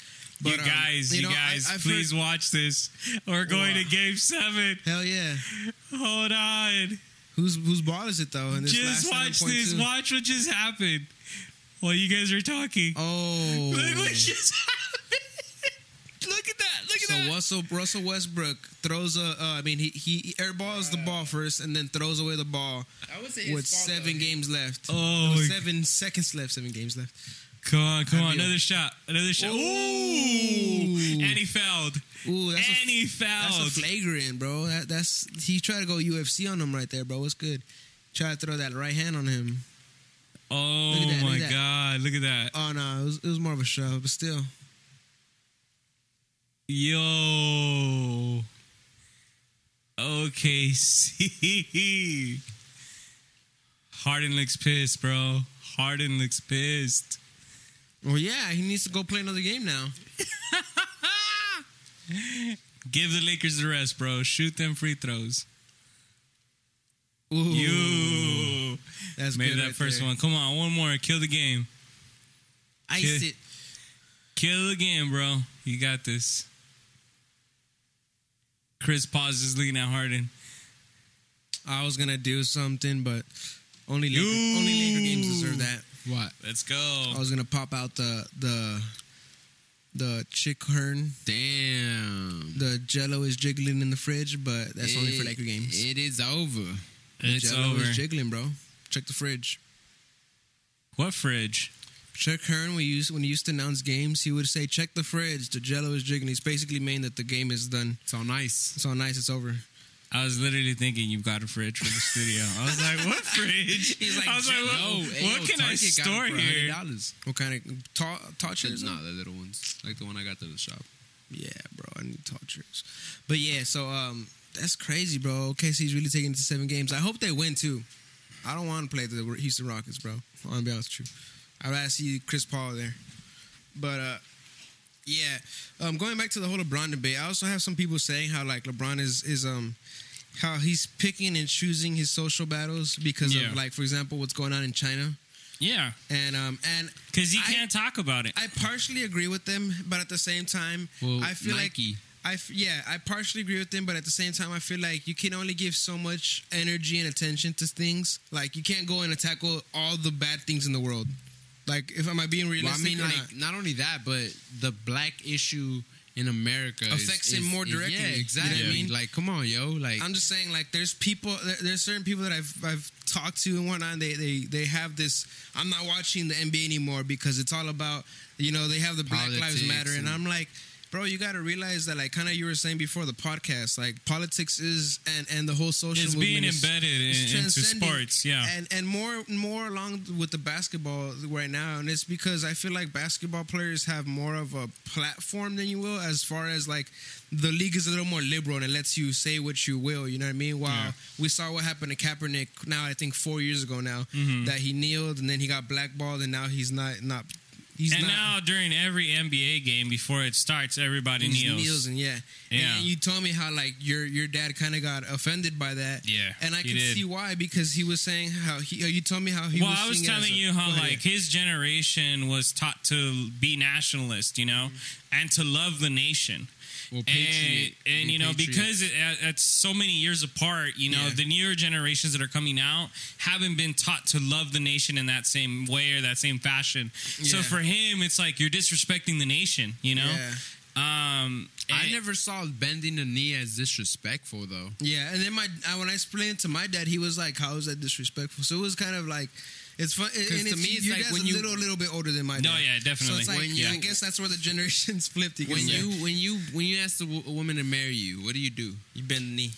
But, um, guys, you you, know, I- guys, I've please watch this. We're going to Game Seven. Hell yeah. Hold on, Who's whose ball is it though? In this just last watch this. 7.2? Watch what just happened while you guys were talking. Oh. Look what just happened. Look at that. Look at So that. Russell Russell Westbrook throws a. Uh, I mean, he he airballs the ball first and then throws away the ball I would say his with fault, though. seven games left. Oh, No, my- seven seconds left. Seven games left. Come on, come That'd on. be a- Another shot. Another shot. Ooh. Ooh. And he fouled. Ooh, that's and a, he that's a fouled. flagrant, bro. That, that's he tried to go UFC on him right there, bro. What's good? Try to throw that right hand on him. oh, Look at that, my look at that. God. Look at that. Oh no, it was, it was more of a shove, but still. Yo. Okay, see. Harden looks pissed, bro. Harden looks pissed. Well, yeah, he needs to go play another game now. Give the Lakers the rest, bro. Shoot them free throws. Ooh, You that's made good that right first there. one. Come on, one more. Kill the game. Ice Yeah. it. Kill the game, bro. You got this. Chris pauses looking at Harden. I was gonna do something, but only Laker, only Laker games deserve that. What? Let's go. I was gonna pop out the the the chick hern. Damn. The Jello is jiggling in the fridge, but that's only for It- Laker games. It is over. the it's Jell-O over. is jiggling, bro. Check the fridge. What fridge? Chuck Hearn, we used when he used to announce games, he would say, "Check the fridge. The Jello is jiggling." He's basically meaning that the game is done. It's all nice. It's all nice. It's over. I was literally thinking you've got a fridge for the studio. I was like, what fridge? He's like, I was like, what, Yo, what hey, yo, can I Target got 'em store for here? $100. What kind of ta- tortures? Nah, the little ones. Like the one I got to the shop. Yeah, bro. I need tortures. But yeah, so um, that's crazy, bro. KC's really taking it to seven games. I hope they win too. I don't want to play the Houston Rockets, bro. I'm gonna be honest with you. I'd rather see Chris Paul there. But uh, yeah, um, going back to the whole LeBron debate, I also have some people saying how like LeBron is is um how he's picking and choosing his social battles because Yeah. of like for example what's going on in China Yeah, and um and because you I- can't talk about it. I partially agree with them, but at the same time, Well, I feel Nike. like I f- yeah, I partially agree with them, but at the same time, I feel like you can only give so much energy and attention to things. Like you can't go in and tackle all the bad things in the world. Like if am I being Well, I realistic? mean, or like not? not only that, but the black issue in America is- Affects him is- more is- directly, you know yeah, what I exactly. mean? Like, come on, yo. Like, I'm just saying, like, there's people, there- there's certain people that I've I've talked to and whatnot. And they they they have this. I'm not watching the NBA anymore because it's all about, you know, they have the Black Lives Politics Matter, and, and- I'm like, bro, you got to realize that, like, kind of you were saying before the podcast, like, politics is and and the whole social It's movement being is- embedded in, it's into transcending. sports. Yeah, and and more more along with the basketball right now, and it's because I feel like basketball players have more of a platform than you will, as far as like the league is a little more liberal and it lets you say what you will. You know what I mean? While Yeah. we saw what happened to Kaepernick now, I think four years ago now Mm-hmm. that he kneeled and then he got blackballed and now he's not not he's and not. now during every NBA game before it starts, everybody He kneels. kneels and yeah. Yeah. And you told me how like your your dad kind of got offended by that. Yeah, And I he can did. see why because he was saying how he. You told me how he. well, was I was seeing it as telling a- you how Go ahead, like his generation was taught to be nationalist, you know, and to love the nation. well, and, patriot, and be you know patriot. because it, at, at so many years apart you know Yeah. the newer generations that are coming out haven't been taught to love the nation in that same way or that same fashion so Yeah. for him it's like you're disrespecting the nation you know Yeah. um I and- never saw bending the knee as disrespectful, though. Yeah, and then my I, when I explained it to my dad, he was like, "How is that disrespectful?" So it was kind of like, it's fun. And to it's, me, it's your like dad's when a you- little little bit older than my dad. No, yeah, So definitely. it's like When yeah, I you- guess that's where the generations flipped. You can When say. you when you when you ask the wo- a woman to marry you, what do you do? you bend the knee,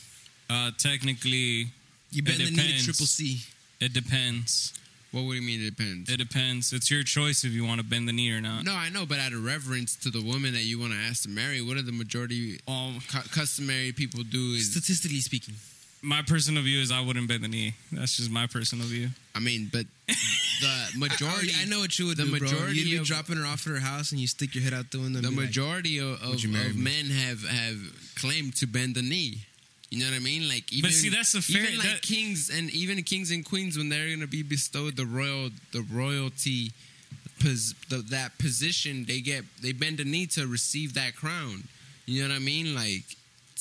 uh technically you bend the knee to depends. triple C. it depends What would you mean? It depends. it depends it's your choice if you want to bend the knee or not no, I know, but out of reverence to the woman that you want to ask to marry, what are the majority Um, cu- customary people do? Is Statistically speaking, my personal view is I wouldn't bend the knee. That's just my personal view. I mean, but the majority. I, I know what you would the do, bro. majority You'd be of- dropping her off at her house, and you stick your head out the window. and the be like, majority of, of, "Would you marry of me?" men have have claimed to bend the knee. You know what I mean? Like even see, that's the fair- even like that- kings and even kings and queens when they're gonna be bestowed the royal the royalty pos- the, that position they get they bend the knee to receive that crown. You know what I mean? Like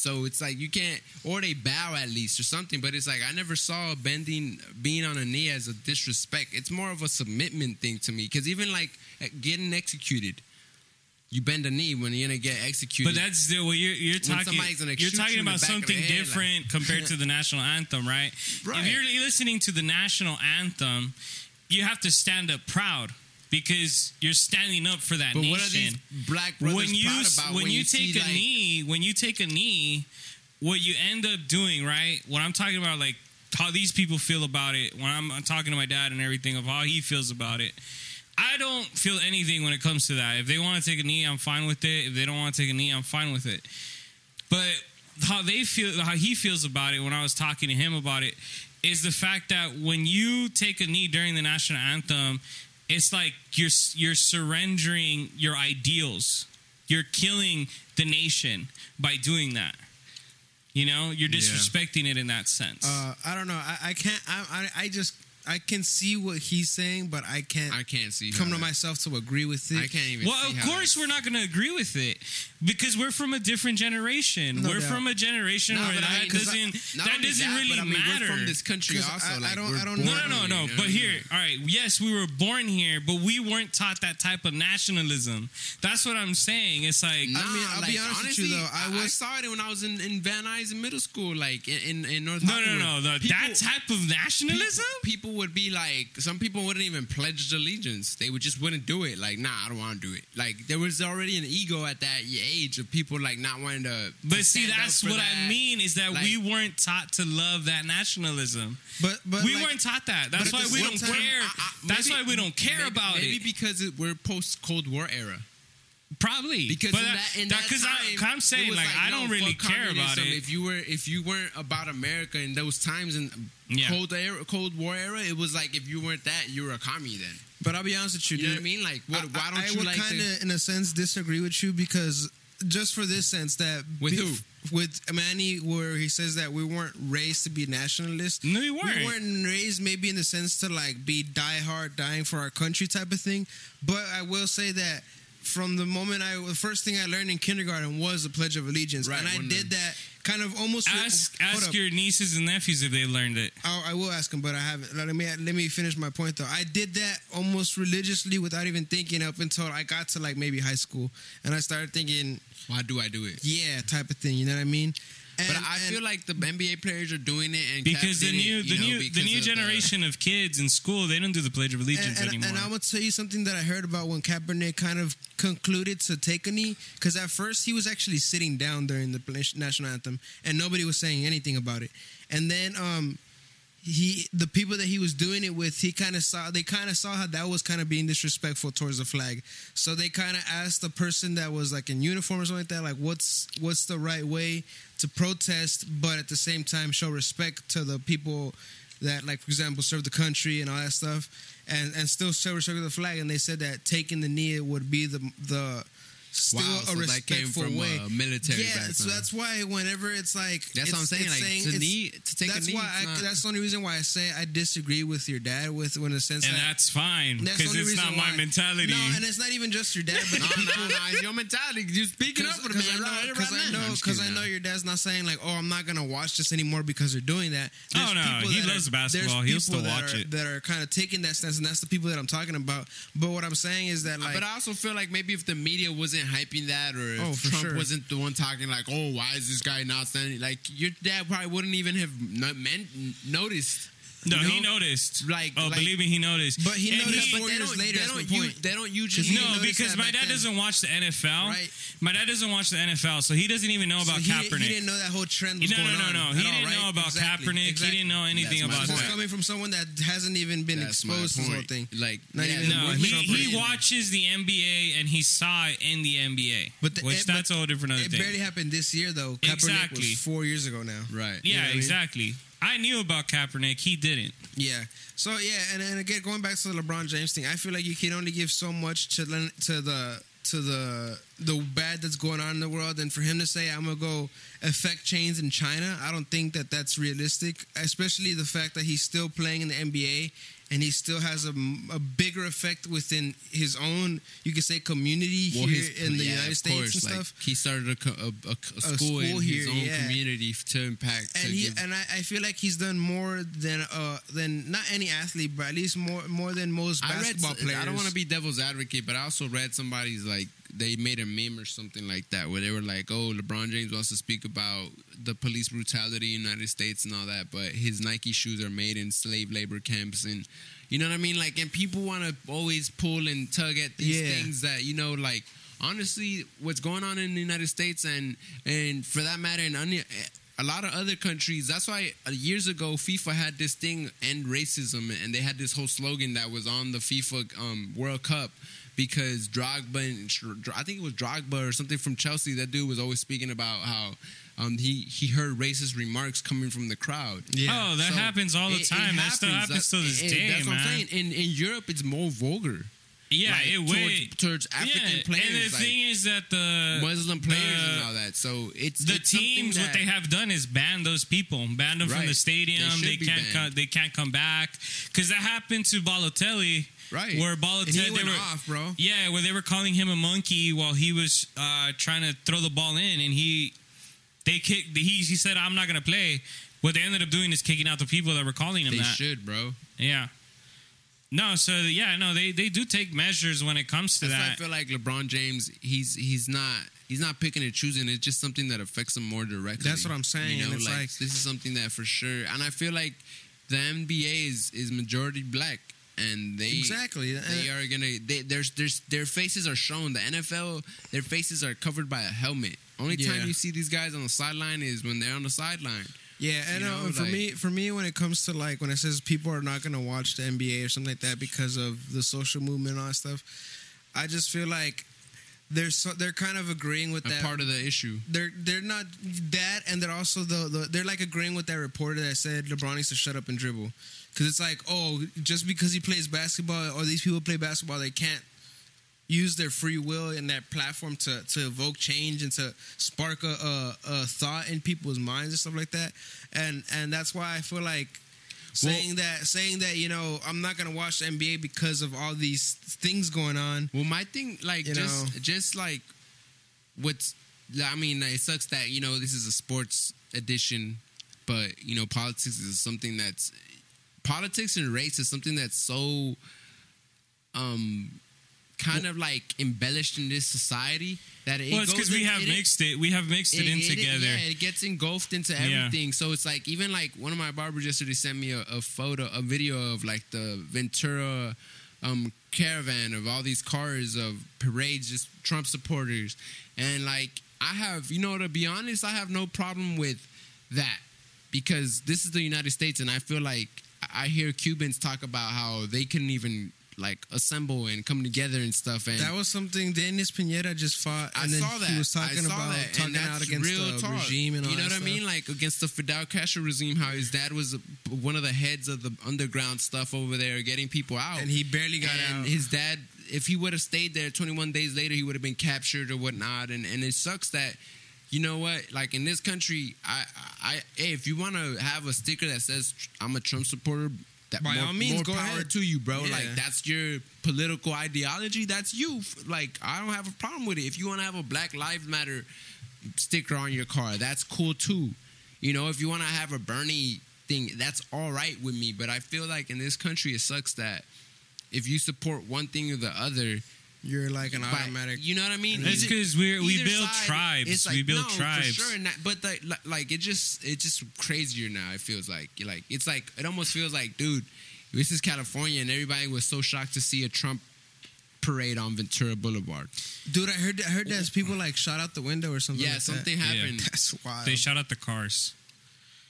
so it's like you can't or they bow at least or something, but it's like I never saw bending being on a knee as a disrespect. It's more of a submitment thing to me cuz even like getting executed you bend a knee when you're gonna get executed. But that's still well, you're you're When talking somebody's gonna you're shoot you talking in the about back of the something head, like- different compared to the national anthem, right? Right. If you're listening to the national anthem, you have to stand up proud because you're standing up for that but nation. what are these black brothers when you proud s- about when, you, see, take a like, knee, when you take a knee, what you end up doing, right? What I'm talking about, like how these people feel about it. When I'm, I'm talking to my dad and everything of how he feels about it, I don't feel anything when it comes to that. If they want to take a knee, I'm fine with it. If they don't want to take a knee, I'm fine with it. But how they feel, how he feels about it when I was talking to him about it, is the fact that when you take a knee during the national anthem, it's like you're you're surrendering your ideals. You're killing the nation by doing that. You know, you're disrespecting it in that sense. Uh, I don't know. I, I can't. I, I I just I can see what he's saying, but I can't I can't see how come to that- myself to agree with it. I can't even well, see of how course, we're not going to agree with it because we're from a different generation. No we're doubt. from a generation No, where but I that mean, 'cause I- doesn't not that only doesn't but really I mean, matter. We're from this country 'Cause also. I- I like, don't- we're I don't born know. No, no, no, here, no. you but know what I mean? here, all right. Yes, we were born here, but we weren't taught that type of nationalism. That's what I'm saying. It's like Nah, I mean, I'll be like, honest with you, though, I was- saw it when I was in, in Van Nuys middle school, like in in, in North. no, no, Hollywood. no. The, People- that type of nationalism. People, people would be like, some people wouldn't even pledge allegiance. They would just wouldn't do it. Like, nah, I don't want to do it. Like, there was already an ego at that age of people like not wanting to. to But see, stand up that's for what I that. mean is that Like- we weren't taught to love that nationalism. But but we like, weren't taught that. That's at why the we same don't time, care. I- I- that's maybe- why we don't care maybe- about maybe it. because it, we're post Cold War era. Probably Because But in that- that, in that- that 'cause I- time, 'cause I'm it saying was like, I no, don't really fuck care about communism. it. If you were if you weren't about America in those times in Yeah. Cold era, Cold War era, it was like if you weren't that, you were a commie then. But I'll be honest with you. You know dude. what I mean? Like, what, I- why don't I, I you would like kind this? of, in a sense, disagree with you because just for this sense that With who? with Manny, where he says that we weren't raised to be nationalists. No, we weren't. We weren't raised maybe in the sense to like be diehard, dying for our country type of thing. But I will say that. From the moment I, the first thing I learned in kindergarten was the Pledge of Allegiance, Right, and I one did that kind of almost. ask hold ask up. your nieces and nephews if they learned it. I, I will ask him, but I haven't. Let me let me finish my point though. I did that almost religiously without even thinking up until I got to like maybe high school, and I started thinking, Why do I do it? yeah, type of thing. You know what I mean? And, but I and- feel like the NBA players are doing it and because kept the it, new you the know, new the because new of uh, generation of kids in school they don't do the pledge of allegiance and, and, anymore and I'm gonna tell you something that I heard about when Kaepernick kind of concluded to take a knee, because at first he was actually sitting down during the pla- national anthem, and nobody was saying anything about it. And then um, he, the people that he was doing it with, he kind of saw they kind of saw how that was kind of being disrespectful towards the flag. So they kind of asked the person that was like in uniform or something like that, like what's what's the right way to protest, but at the same time show respect to the people that like for example serve the country and all that stuff and and still show respect to the flag and they said that taking the knee would be the the still Wow, so a that respectful came from, way uh, military yeah so background. that's why whenever it's like That's it's- what I'm saying, it's like, to it's- knee- to take a that's knee, why I, it's not- that's the only reason why I say I disagree with your dad with when the sense and that that's fine that's the because only it's reason not my why- mentality No, and it's not even just your dad, but No, the people. no, no, it's your mentality. You're speaking up for the Because I know, man. right because right I now. know, I'm just 'cause I kidding, know no. your dad's not saying like, "Oh, I'm not gonna watch this anymore because they're doing that." Oh, no, he loves basketball. there's He'll still people that watch are, it. That are kind of taking that stance, and that's the people that I'm talking about. But what I'm saying is that like, but I also feel like maybe if the media wasn't hyping that, or if Oh, for Trump sure. wasn't the one talking like, "Oh, why is this guy not standing?" Like your dad probably wouldn't even have no- meant, noticed. no you know? he noticed like- oh like- believe me he noticed But he And noticed Yeah, four but they years don't. later, they, that's my don't u- point. they don't usually. he no, noticed because that my back dad then. doesn't watch the NFL. Right. My dad doesn't watch the NFL, so he doesn't even know so about he, Kaepernick. didn't- he didn't know that whole trend was No, no, going no, on. no. He at all, didn't right? know about Exactly, Kaepernick. He exactly. didn't know anything That's my about This point. is that. coming from someone that hasn't even been That's my exposed to this whole point. thing. Like, not yeah, even No, with he, Trump or he anything. watches the NBA and he saw it in the NBA, But the- which it- but that's a whole different other It thing. barely happened this year though. Kaepernick Exactly. was four years ago now. Right. yeah, know what I mean? exactly. I knew about Kaepernick. He didn't. Yeah. So yeah, and, and again, going back to the LeBron James thing, I feel like you can only give so much to Len- to the to the the bad that's going on in the world, and for him to say I'm gonna go affect change in China, I don't think that that's realistic. Especially the fact that he's still playing in the NBA and he still has a, m- a bigger effect within his own, you could say, community Well, here his- in the yeah, United of States course, and like, stuff. He started a, co- a, a, a school, in school his here, own yeah. community f- to impact. to and he give- and I, I feel like he's done more than uh than not any athlete, but at least more more than most I read. basketball players. I don't want to be devil's advocate, but I also read somebody's like they made a meme or something like that where they were like, "Oh, LeBron James wants to speak about the police brutality in the United States and all that, but his Nike shoes are made in slave labor camps and." You know what I mean? Like, and people want to always pull and tug at these Yeah. things that you know, like honestly, what's going on in the United States and and for that matter, in any- a lot of other countries. That's why uh, years ago FIFA had this thing end racism, and they had this whole slogan that was on the FIFA um, World Cup because Drogba, and, Sh- Dro- I think it was Drogba or something from Chelsea. That dude was always speaking about how. Um, he he heard racist remarks coming from the crowd. Yeah. Oh, that happens all the time. That still happens to this it- day, That's what I'm man. saying. In in Europe, it's more vulgar. Yeah, Like, it would. towards, towards African yeah, players. and the like, thing is that the Muslim players the- and all that. So it's the it's something teams what that- they have done is ban those people ban them Right. from the stadium They should they, be can't banned. come, they can't come back because that happened to Balotelli Right. where And he Balotelli they went were, off, bro. yeah where they were calling him a monkey while he was uh, trying to throw the ball in and he they kicked he, he said I'm not gonna play what they ended up doing is kicking out the people that were calling him They that should, bro. yeah no so yeah no they, they do take measures when it comes to That's why I that feel like LeBron James. He's he's not he's not picking and choosing. It's just something that affects him more directly. That's what I'm saying, and it's like- this is something that for sure. And I feel like the NBA is is majority black, and they Exactly. They Uh-huh. are gonna. They, there's, there's, their faces are shown. The NFL, their faces are covered by a helmet. Only Yeah. time you see these guys on the sideline is when they're on the sideline. Yeah, and You uh, know, for like- me, for me, when it comes to like when it says people are not gonna watch the NBA or something like that because of the social movement and all that stuff, I just feel like they're so, they're kind of agreeing with A that. part of the issue. they're they're not that, and they're also the, the they're like agreeing with that reporter that said LeBron needs to shut up and dribble, because it's like oh just because he plays basketball or these people play basketball they can't use their free will and that platform to, to evoke change and to spark a, a, a thought in people's minds and stuff like that. And and that's why I feel like saying that saying that you know I'm not gonna watch the NBA because of all these things going on. Well, my thing, like, You just know? just like what's, I mean, it sucks that you know this is a sports edition, but you know, politics is something that's politics and race is something that's so, um, kind of like embellished in this society that it well it's goes because we in- have it- mixed it we have mixed it, in together yeah, it gets engulfed into Yeah. everything. So it's like even like one of my barbers yesterday sent me a, a photo, a video of like the Ventura um, caravan of all these cars of parades, just Trump supporters, and like I have, you know, to be honest, I have no problem with that because this is the United States, and I feel like I hear Cubans talk about how they couldn't even like assemble and come together and stuff. And That was something Dennis Pineda just fought, and then he was talking about and talking that's out against the talk. regime and all you know that what I stuff. mean? Like against the Fidel Castro regime, how his dad was uh, one of the heads of the underground stuff over there, getting people out, And he barely got and out. His dad, if he would have stayed there 21 days later, he would have been captured or whatnot. And and it sucks that. You know what? Like in this country, I, I, hey, if you want to have a sticker that says I'm a Trump supporter, that By more, all means, more go power ahead. to you, bro. Yeah. Like that's your political ideology. That's you. F- Like I don't have a problem with it. If you want to have a Black Lives Matter sticker on your car, that's cool too. You know, if you want to have a Bernie thing, that's all right with me. But I feel like in this country, it sucks that if you support one thing or the other, You're like an by- automatic. you know what I mean? That's Either- 'cause we're- we either build tribes. it's We build for tribes. sure. And that, but like, li- like it just it just crazier now. It feels like like it's like it almost feels like, dude, this is California, and everybody was so shocked to see a Trump parade on Ventura Boulevard. Dude, I heard I heard that people like shot out the window or something. yeah, like something That. happened. That's wild. they shot out the cars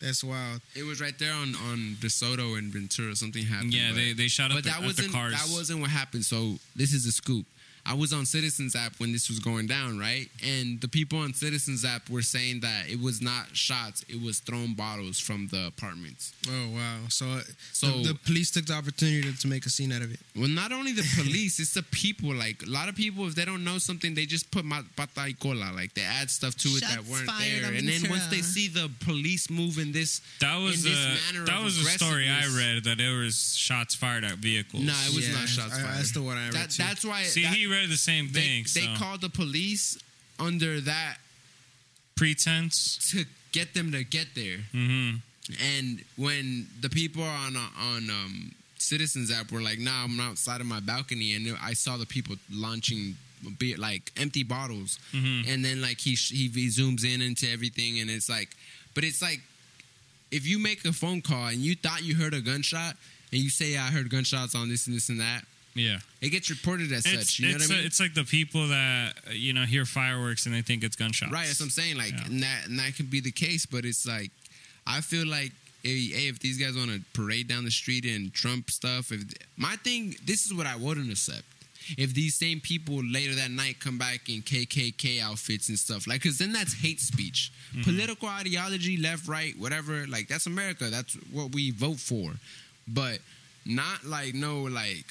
That's wild. It was right there on on DeSoto and Ventura. Something happened. Yeah, but- they, they shot up but the, that at the wasn't cars. that wasn't what happened. So this is a scoop. I was on Citizens app when this was going down, right? And the people on Citizens app were saying that it was not shots, it was thrown bottles from the apartments. Oh wow! So, uh, So- the, the police took the opportunity to, to make a scene out of it. Well, not only the police, it's the people. Like a lot of people, if they don't know something, they just put ma- pata y cola. Like they add stuff to it that Shots weren't fired, there. I'm And then sure. once they see the police move in this, That was in this a, manner that of was a story I aggressiveness- read that there was shots fired at vehicles. No, it was Yeah, not shots I- fired. That's the one I read. That, too. that's why. See, that- he read the same they, thing. they so. called the police under that pretense. to get them to get there. Mm-hmm. And when the people on uh, on um, Citizens app were like, "Nah, I'm outside of my balcony," and I saw the people launching beer, like empty bottles, Mm-hmm. and then like he, sh- he he zooms in into everything, and it's like, but it's like if you make a phone call and you thought you heard a gunshot, and you say, "I heard gunshots on this and this and that," Yeah, it gets reported as it's such. You know it's, what I mean? it's like the people that uh, you know hear fireworks and they think it's gunshots. Right, that's what I'm saying. Like, Yeah. and that and that could be the case, but it's like, I feel like, hey, hey, if these guys want to parade down the street and Trump stuff, if my thing, this is what I wouldn't accept. If these same people later that night come back in KKK outfits and stuff, like, because then that's hate speech, Mm-hmm. political ideology, left, right, whatever. Like, that's America. That's what we vote for, but not like no like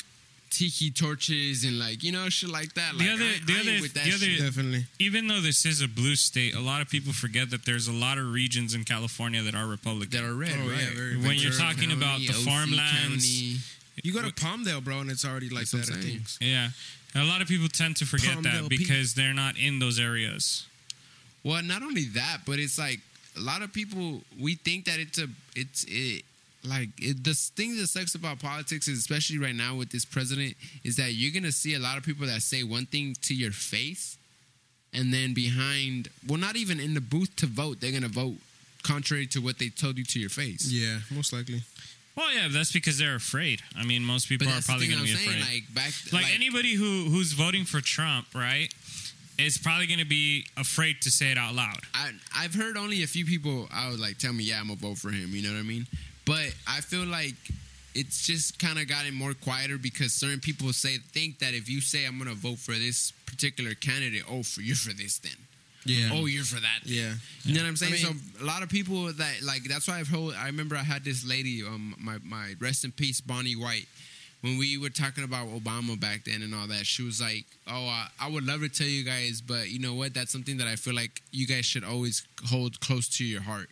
tiki torches and like you know shit like that. The Like, other- I- the I ain't other- with that the other- shit. definitely. Even though this is a blue state, a lot of people forget that there's a lot of regions in California that are Republican. that are red. Oh, right? yeah, very When you're Ventura talking about the farmlands, You go to Palmdale, bro, and it's already like That's what that. I I'm saying. think. yeah, a lot of people tend to forget that Palmdale Peak. because they're not in those areas. Well, not only that, but it's like a lot of people we think that it's a it's it like it, the thing that sucks about politics, is, especially right now with this president, is that you're gonna see a lot of people that say one thing to your face, and then behind, well, not even in the booth to vote, they're gonna vote contrary to what they told you to your face. Yeah, most likely. Well, yeah, that's because they're afraid. I mean, most people But are that's the probably thing going I'm to be saying. afraid. Like back, like, anybody who who's voting for Trump, right, is probably going to be afraid to say it out loud. I I've heard only a few people I would like tell me, yeah, I'm gonna vote for him. You know what I mean? But I feel like it's just kind of gotten more quieter because certain people say think that if you say I'm gonna vote for this particular candidate, oh, for you're for this then. Yeah. Oh, you're for that. then. yeah. You know what I'm saying? I mean- so a lot of people that like that's why I've heard. I remember I had this lady, um, my my rest in peace, Bonnie White. When we were talking about Obama back then and all that, she was like, "Oh, I, I would love to tell you guys, but you know what? That's something that I feel like you guys should always hold close to your heart.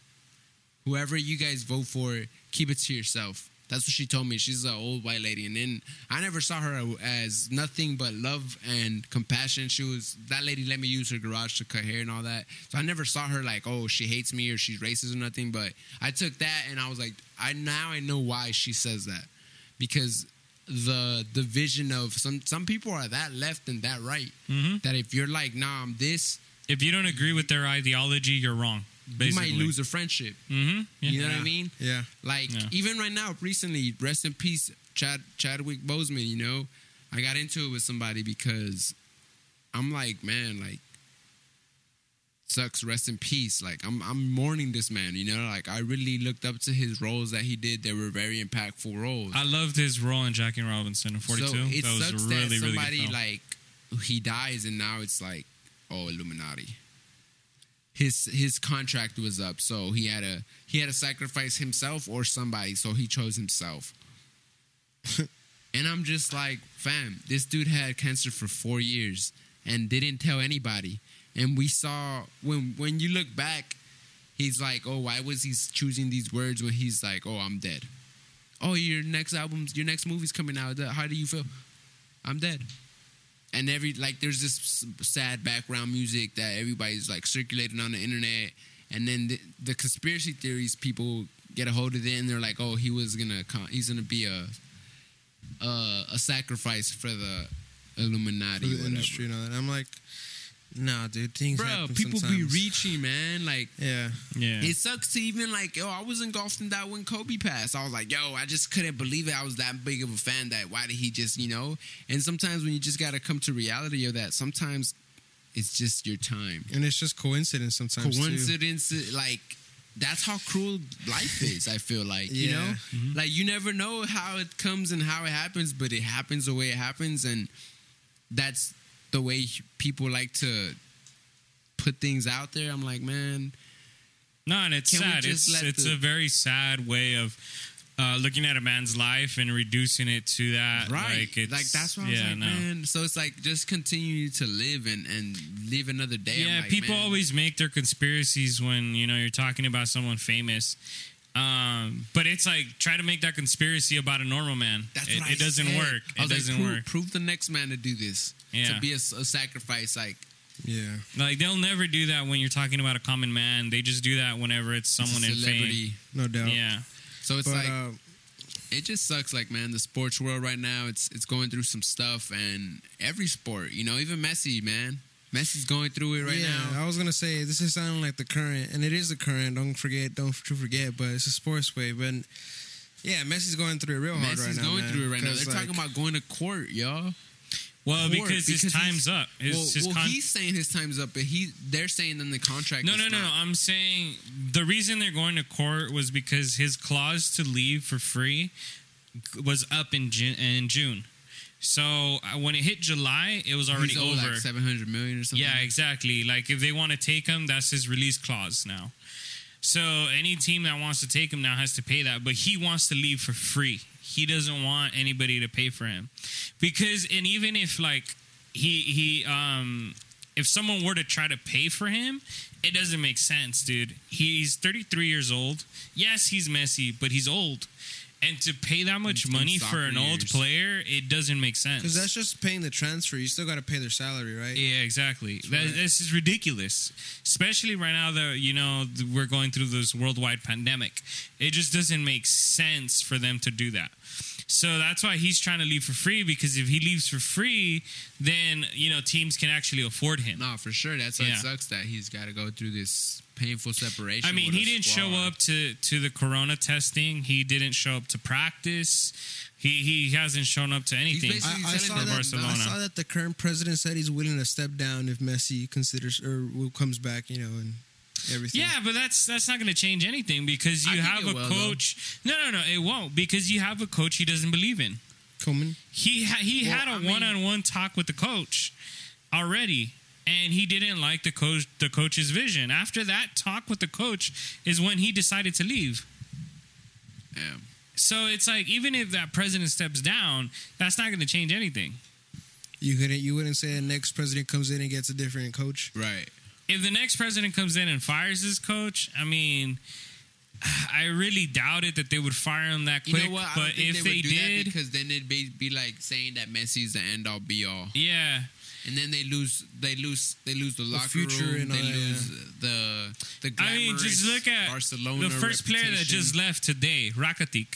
Whoever you guys vote for, keep it to yourself." That's what she told me. She's an old white lady, and then I never saw her as nothing but love and compassion. She was that lady. Let me use her garage to cut hair and all that. So I never saw her like, oh, she hates me or she's racist or nothing. But I took that and I was like, I now I know why she says that because the division of some some people are that left and that right. That if you're like, nah, I'm this, Mm-hmm. If you don't agree with their ideology, you're wrong. Basically, you might lose a friendship. Mm-hmm. Yeah. You know what I mean? Yeah. Like Yeah. even right now, recently, rest in peace, Chad Chadwick Boseman. You know, I got into it with somebody because I'm like, man, like sucks. Rest in peace. Like I'm, I'm mourning this man. You know, like I really looked up to his roles that he did. They were very impactful roles. I loved his role in Jackie Robinson in 42. So it that was sucks a really, that really somebody good film. like he dies and now it's like, oh Illuminati. His his contract was up, so he had a he had to sacrifice himself or somebody, so he chose himself. and I'm just like, fam, this dude had cancer for four years and didn't tell anybody. And we saw when when you look back, he's like, oh, why was he choosing these words when he's like, oh, I'm dead oh your next album's your next movie's coming out how do you feel i'm dead and every like there's this s- sad background music that everybody's like circulating on the internet and then the, the conspiracy theories people get a hold of it and they're like oh he was gonna con- he's gonna be a uh, a sacrifice for the For illuminati the whatever. industry and all that. I'm like, nah, dude. Things bro happen people sometimes. be reaching man like Yeah. yeah. It sucks to even like, yo, I was engulfed in that when Kobe passed. I was like, yo, I just couldn't believe it. I was that big of a fan that why did he just, you know? And sometimes when you just got to come to reality of that, sometimes it's just your time. And it's just coincidence sometimes. Too. Coincidence, like, that's how cruel life is, I feel like, you Yeah. Mm-hmm. know? Like, you never know how it comes and how it happens, but it happens the way it happens. And that's the way h- people like to put things out there. I'm like, man, No, and it's Can we sad. just It's let it's the- a very sad way of uh, looking at a man's life and reducing it to that. right? Like, Like, it's, that's what I was yeah, like, no. man. So it's like just continue to live and and live another day. I'm Yeah, like, people man, always make their conspiracies when you know you're talking about someone famous. Um, but it's like try to make that conspiracy about a normal man. That's it, what I it doesn't said. work. It I was like, doesn't prove, work. Prove the next man to do this. Yeah. To be a, s- a sacrifice, like Yeah. Like they'll never do that when you're talking about a common man. They just do that whenever it's it's a someone in fame. celebrity. No doubt. Yeah. So it's But like uh, it just sucks like man the sports world right now it's it's going through some stuff and every sport you know even messi man messi's going through it right yeah, now I was gonna say this is sounding like the current, and it is the current. Don't forget, don't f- to forget, but it's a sports wave. But yeah, Messi's going through it real hard right messi's now. going man, through it right now 'cause, they're like, talking about going to court y'all Well, Court, because, his because he's- time's up. His, well, his well, con- he's saying his time's up but he they're saying in the contract No, it's no, no, no. not. I'm saying the reason they're going to court was because his clause to leave for free was up in June. In June. So uh, when it hit July, it was already He's owed, over. like 700 million or something yeah, exactly. Like if they want to take him, that's his release clause now. So any team that wants to take him now has to pay that, but he wants to leave for free. He doesn't want anybody to pay for him. Because and even if like he he um if someone were to try to pay for him, it doesn't make sense, dude. He's 33 years old. Yes, he's messy, but he's old. And to pay that much It's been money for soccer an old years. player, it doesn't make sense. Because that's just paying the transfer. You still got to pay their salary, right? Yeah, exactly. right. That, this is ridiculous, especially right now that you know th- we're going through this worldwide pandemic. It just doesn't make sense for them to do that. So that's why he's trying to leave for free because if he leaves for free, then you know teams can actually afford him. no for sure that's why it Yeah. sucks that he's got to go through this painful separation I mean, with he a didn't show squad. up to to the corona testing. He didn't show up to practice. He he hasn't shown up to anything. basically- I, I He's saw selling that, for I Barcelona. saw that the current president said he's willing to step down if Messi considers or will- comes back, you know, and everything. Yeah, but that's that's not going to change anything because I you think have it a will, though. coach. No, no, no, it won't because you have a coach he doesn't believe in. Coleman. He ha- he Well, had I a mean- one-on-one talk with the coach already, and he didn't like the coach the coach's vision. After that talk with the coach is when he decided to leave. yeah So it's like even if that president steps down, that's not going to change anything. You couldn't. You wouldn't say the next president comes in and gets a different coach. right If the next president comes in and fires his coach, I mean. I really doubted that they would fire him that you quick. know what I don't But think if they they, would do that did, because then it'd be, be like saying that messi's the end all be all yeah, and then they lose they lose they lose the locker future room and they all that, lose the the I mean, just glamorous look at Barcelona the first player that reputation. just left today, Rakitic.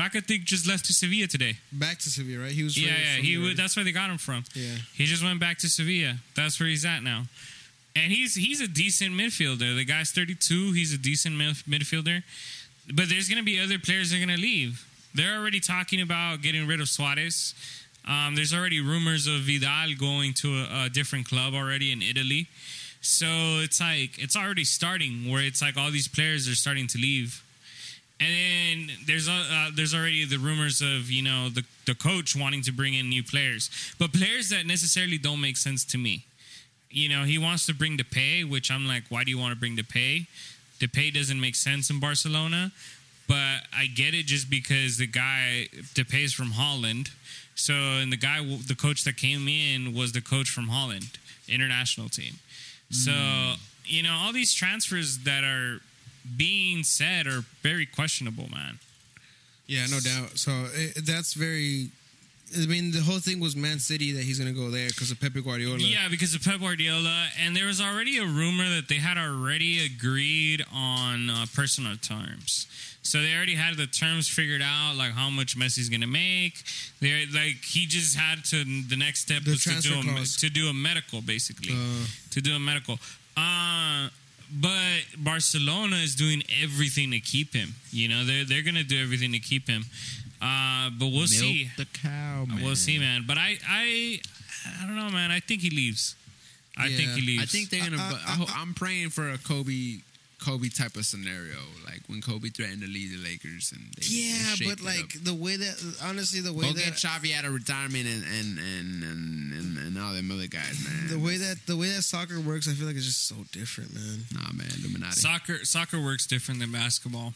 Rakitic just left to Sevilla today. Back to Sevilla, right? He was. yeah, ready yeah, from he the- would, that's where they got him from. Yeah. He just went back to Sevilla. That's where he's at now. And he's he's a decent midfielder. The guy's 32. He's a decent midf- midfielder. But there's going to be other players that are going to leave. They're already talking about getting rid of Suarez. Um, there's already rumors of Vidal going to a, a different club already in Italy. So it's like it's already starting where it's like all these players are starting to leave. And then there's uh, uh, there's already the rumors of you know the the coach wanting to bring in new players, but players that necessarily don't make sense to me. You know, he wants to bring Depay, which I'm like, why do you want to bring Depay? Depay doesn't make sense in Barcelona, but I get it just because the guy Depay's from Holland. So and the guy, the coach that came in was the coach from Holland, international team. So you know, all these transfers that are being said are very questionable, man. Yeah, no doubt. So it, that's very. I mean, the whole thing was Man City that he's going to go there because of Pepe Guardiola. Yeah, because of Pep Guardiola, and there was already a rumor that they had already agreed on uh, personal terms. So they already had the terms figured out, like how much Messi's going to make. They like he just had to the next step The was to do transfer a, clause. to do a medical, basically Uh, to do a medical. Uh, but Barcelona is doing everything to keep him. You know, they're they're going to do everything to keep him. Uh, but we'll Milk see. the cow man. We'll see, man. But I, I, I don't know, man. I think he leaves. I Yeah. think he leves. I think they're gonna Uh, uh, I, am praying for a Kobe Kobe type of scenario, like when Kobe threatened to leave the Lakers and they Yeah, shaped but it like up. the way that honestly the way Go that get Chavi out of retirement and and and and, and, and all them other guys, man. the way that the way that soccer works, I feel like it's just so different, man. nah, man, Illuminati. Soccer soccer works different than basketball.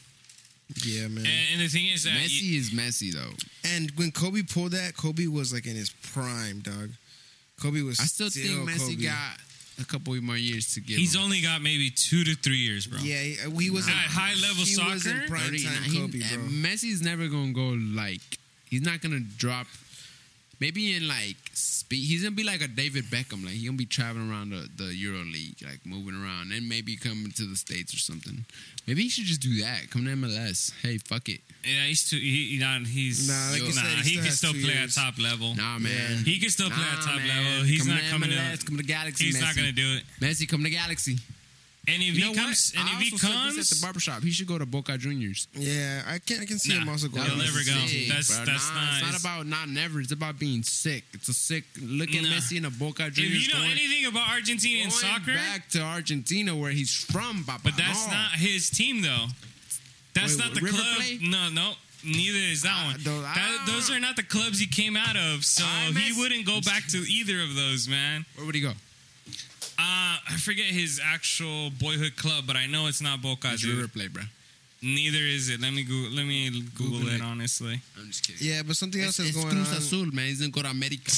Yeah, And, man. And, and the thing is that Messi you- is Messi though. when Kobe pulled that, Kobe was like in his prime, dog. Kobe was. I still think Messi Kobe. got a couple more years to give. he's him. only got maybe two to three years, bro. Yeah, he, he was At in- high-level he was in soccer? prime Thirty- time he- Kobe, uh, bro. Messi's never gonna go like he's not gonna drop. Maybe in like speed, he's gonna be like a David Beckham. Like he's gonna be traveling around the, the Euro League, like moving around, and maybe coming to the states or something. Maybe he should just do that. Come to MLS. Hey, fuck it. Yeah, he's too. He, he not, he's Nah, like you said, he he still can has still two play years. at top level. Nah, man. He can still play at Nah, top man. level. He's Come not to coming MLS, to. Come to Galaxy. He's not Messi. going to do it. Messi, come to Galaxy. And if You know he comes, what? and I if he also said this comes, at the barbershop, he should go to Boca Juniors. Yeah, I can I can see Nah, him also going. he'll to never go. Mississippi. That's- that's nah, not- It's not about not never. It's about being sick. It's a sick looking Nah. Messi in a Boca if Juniors. you know going, anything about Argentina and going soccer, back to Argentina where he's from, Papa. but that's No. not his team though. That's Wait, not the River club. Plate? No, no. Neither is that Ah, one. those- That- ah. those are not the clubs he came out of, so I he miss- wouldn't go back to either of those, man. Where would he go? Uh, I forget his actual boyhood club, but I know it's not Boca. It's dude. River Plate, bro. Neither is it. Let me Google, let me Google, Google it, it. honestly. I'm just kidding. Yeah, but something else It's, is it's going on. Cruz Azul, man. He's gonna go to America.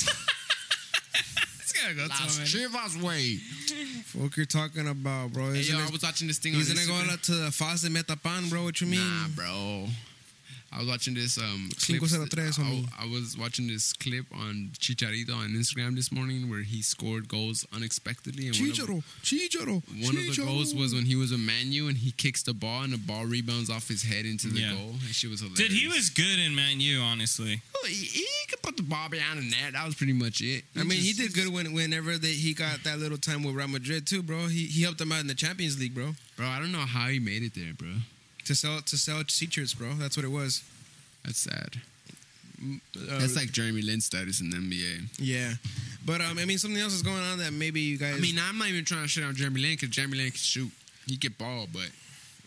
It's gonna go Las Chivas way. What you're talking about, bro? Hey, Isn't yo, I it- was watching this thing. He's on gonna go Instagram. out to the Faz de Metapan, bro. What you mean? Nah, bro. I was watching this um Mm. Cinco clip. cero tres, I, homie. I was watching this clip on Chicharito on Instagram this morning where he scored goals unexpectedly. And One Chicharo, Chicharo, of, one of the goals was when he was a Manu and he kicks the ball and the ball rebounds off his head into the Yeah. goal. That shit was hilarious. Oh, Dude, he was good in Man U, honestly. He, he could put the ball behind the net. That was pretty much it. I mean, he just- did good when, whenever they, he got that little time with Real Madrid too, bro. He he helped them out in the Champions League, bro. bro. I don't know how he made it there, bro. To sell to sell t-shirts, bro. That's what it was. That's sad. Uh, That's like Jeremy Lin status in the NBA. yeah, but um, I mean, something else is going on that maybe you guys. I mean, I'm not even trying to shit on Jeremy Lin because Jeremy Lin can shoot. He get ball, but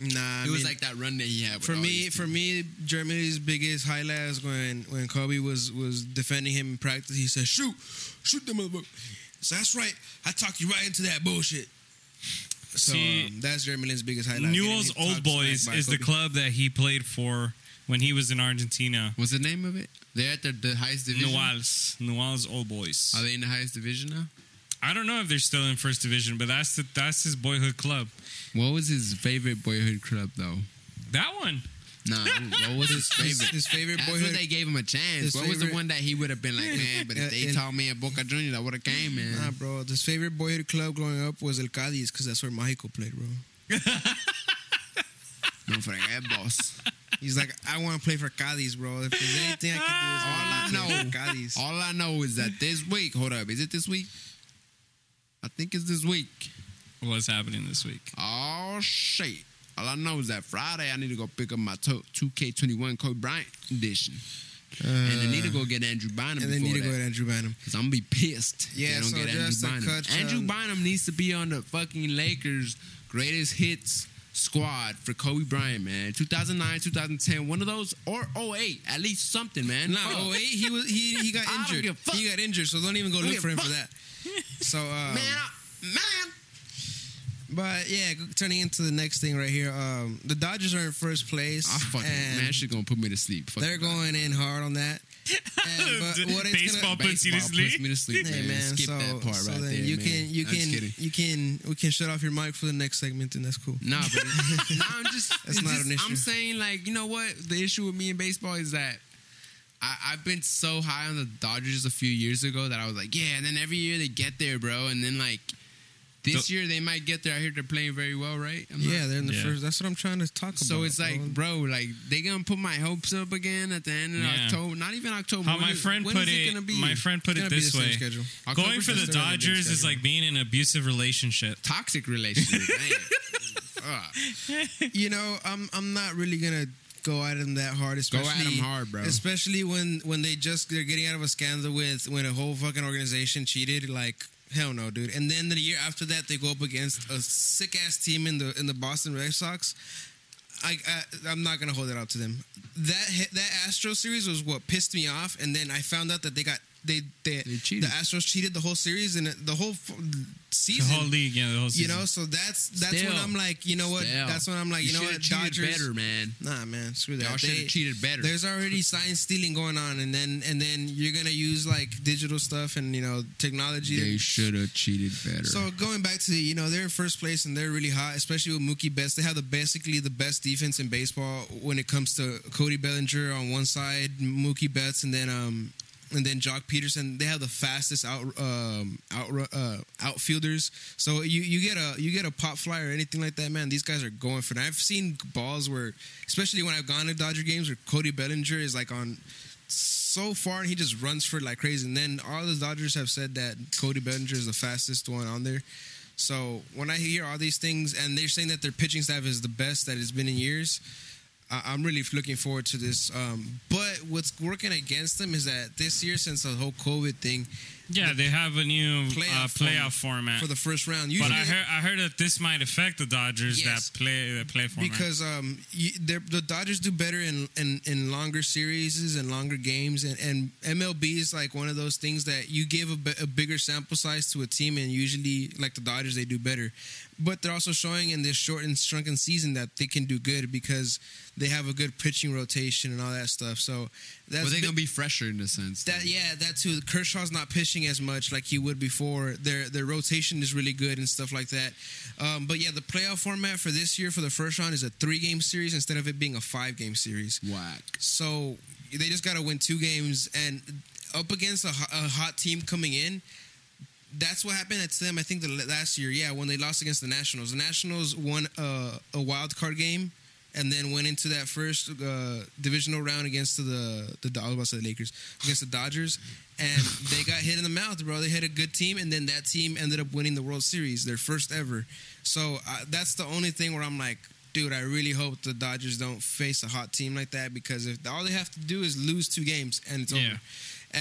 nah, I it was mean, like that run that he had. With for all me, these for me, Germany's biggest highlight is when when Kobe was was defending him in practice. He said, "Shoot, shoot the motherfucker." So that's right. I talked you right into that bullshit. So See, um, that's Germany's biggest highlight. Newell's Getting Old talked smack Boys by is the Kobe. club that he played for when he was in Argentina. What's the name of it? They're at the, the highest division. Newell's, Newell's Old Boys. Are they in the highest division now? I don't know if they're still in first division, but that's the, that's his boyhood club. What was his favorite boyhood club though? That one. Nah, what was His, his favorite? his favorite That's boyhood. what they gave him a chance. his What was the favorite- one that he would have been like, man? But if Yeah, they and- told me at Boca Juniors, I would have came, man. Nah, bro. His favorite boyhood club growing up was El Cadiz because that's where Mexico played, bro. No forget, boss. He's like, I want to play for Cadiz, bro. If there's anything I can do, is All I play know- for Cadiz. All I know is that this week. Hold up, is it this week? I think it's this week. What's happening this week? Oh shit! All I know is that Friday I need to go pick up my two K twenty one Kobe Bryant edition, and I need to go get Andrew Bynum. Mm. Uh, and they before need to that. go to Andrew Bynum. Cause I'm gonna be pissed. if Yeah, they don't so get Andrew just to Bynum. cut, um, Andrew Bynum needs to be on the fucking Lakers' greatest hits squad for Kobe Bryant, man. 2009, 2010, one of those or 08, at least something, man. No, Fuck. oh wait, he was he he got I don't injured. give a fuck. He got injured, so don't even go Don't look give for a him for that. fuck. So, um, man, I, man. but yeah, g- turning into the next thing right here. Um, the Dodgers are in first place, I fucking and man, shit gonna put me to sleep. Fuck they're that. going in hard on that. And, but what it's Baseball gonna, puts you to Baseball puts sleep. me to sleep, Hey man. man, Skip so, that part so right then there, you man. can you I'm just can kidding. you can we can shut off your mic for the next segment, and that's cool. Nah, but it- nah, I'm just. That's it's not just- an issue. I'm saying like you know what the issue with me in baseball is that. I, I've been so high on the Dodgers a few years ago that I was like, yeah. And then every year they get there, bro. And then like this So- year they might get there. I hear they're playing very well, right? I'm Yeah, not- they're in the Yeah. first. That's what I'm trying to talk about. so it's like, bro. bro, like they gonna put my hopes up again at the end of Yeah. October. Not even October. How When my is- friend when put is it. gonna be? my friend put it It's gonna be this the same way. schedule. October's Going for just the gonna be a big Dodgers is schedule. like being in an abusive relationship. toxic relationship. man. Fuck. you know, I'm I'm not really gonna go at him that hard. Go Especially at him hard, bro. Especially when when they just they're getting out of a scandal with when a whole fucking organization cheated. Like Hell no, dude. And then the year after that, they go up against a sick ass team in the in the Boston Red Sox. I, I I'm not gonna hold it out to them. That hit, that Astro series was what pissed me off, and then I found out that they got they they, They cheated. the Astros cheated the whole series and the whole f- The season. whole league, yeah, the whole you season. know, so that's that's Still. when I'm like, you know what? Damn. That's when I'm like, you, know what? shoulda cheated Dodgers better, man. Nah, man, screw that. Y'all should They- have cheated better. there's already sign stealing going on, and then and then you're gonna use like digital stuff and you know technology. They should have cheated better. So going back to you know they're in first place and they're really hot, especially with Mookie Betts. They have the basically the best defense in baseball when it comes to Cody Bellinger on one side, Mookie Betts, and then um and then Jock Peterson. They have the fastest out um out uh, outfielders. So you you get a you get a pop fly or anything like that, man. These guys are going for it. I've seen balls where, especially when I've gone to Dodger games, where Cody Bellinger is like on. So far, and he just runs for it like crazy. And then all the Dodgers have said that Cody Bellinger is the fastest one on there. So when I hear all these things, and they're saying that their pitching staff is the best that it's been in years, I- I'm really looking forward to this. Um, but what's working against them is that this year, since the whole COVID thing, yeah, they have a new uh, playoff playoff form- format. for the first round, but usually I heard, I heard that this might affect the Dodgers Yes. that play that play format. because um, you, they're- the Dodgers do better in, in, in longer series and longer games, and, and MLB is like one of those things that you give a, bi- a bigger sample size to a team, and usually, like the Dodgers, they do better. But they're also showing in this short and shrunken season that they can do good because they have a good pitching rotation and all that stuff. So that's well, they're been- gonna be fresher in the sense. that yeah, that too. Kershaw's not pitching as much like he would before. Their their rotation is really good and stuff like that. Um, but yeah, the playoff format for this year for the first round is a three game series instead of it being a five game series. whack. So they just got to win two games and up against a, ho- a hot team coming in. That's what happened to them. I think the la- last year, yeah, when they lost against the Nationals. The Nationals won uh, a wild card game and then went into that first uh, divisional round against the the Do- I was about to say the Lakers against the Dodgers, and they got hit in the mouth, bro. They hit a good team, and then that team ended up winning the World Series, their first ever. So uh, that's the only thing where I'm like, dude, I really hope the Dodgers don't face a hot team like that because if all they have to do is lose two games and it's Yeah. over.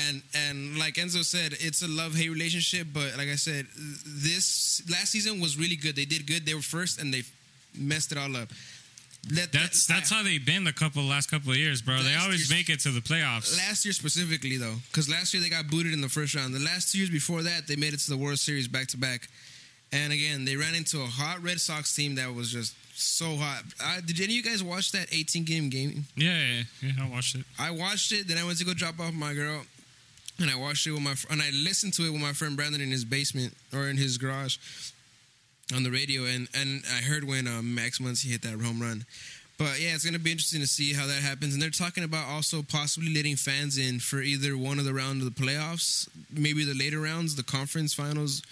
And and like Enzo said, it's a love hate relationship. But like I said, th- this last season was really good. They did good. They were first, and they messed it all up. Let that- that's that's I- how they've been the couple last couple of years, bro. They Last always year's- make it to the playoffs. Last year specifically, though, because last year they got booted in the first round. The last two years before that, they made it to the World Series back to back. And again, they ran into a hot Red Sox team that was just so hot. I, did any of you guys watch that 18 game game? yeah, yeah, yeah, I watched it. I watched it. Then I went to go drop off my girl, and I watched it with my fr- and I listened to it with my friend Brandon in his basement or in his garage on the radio. And and I heard when um, Max Muncy hit that home run. But yeah, it's gonna be interesting to see how that happens. And they're talking about also possibly letting fans in for either one of the round of the playoffs, maybe the later rounds, the conference finals,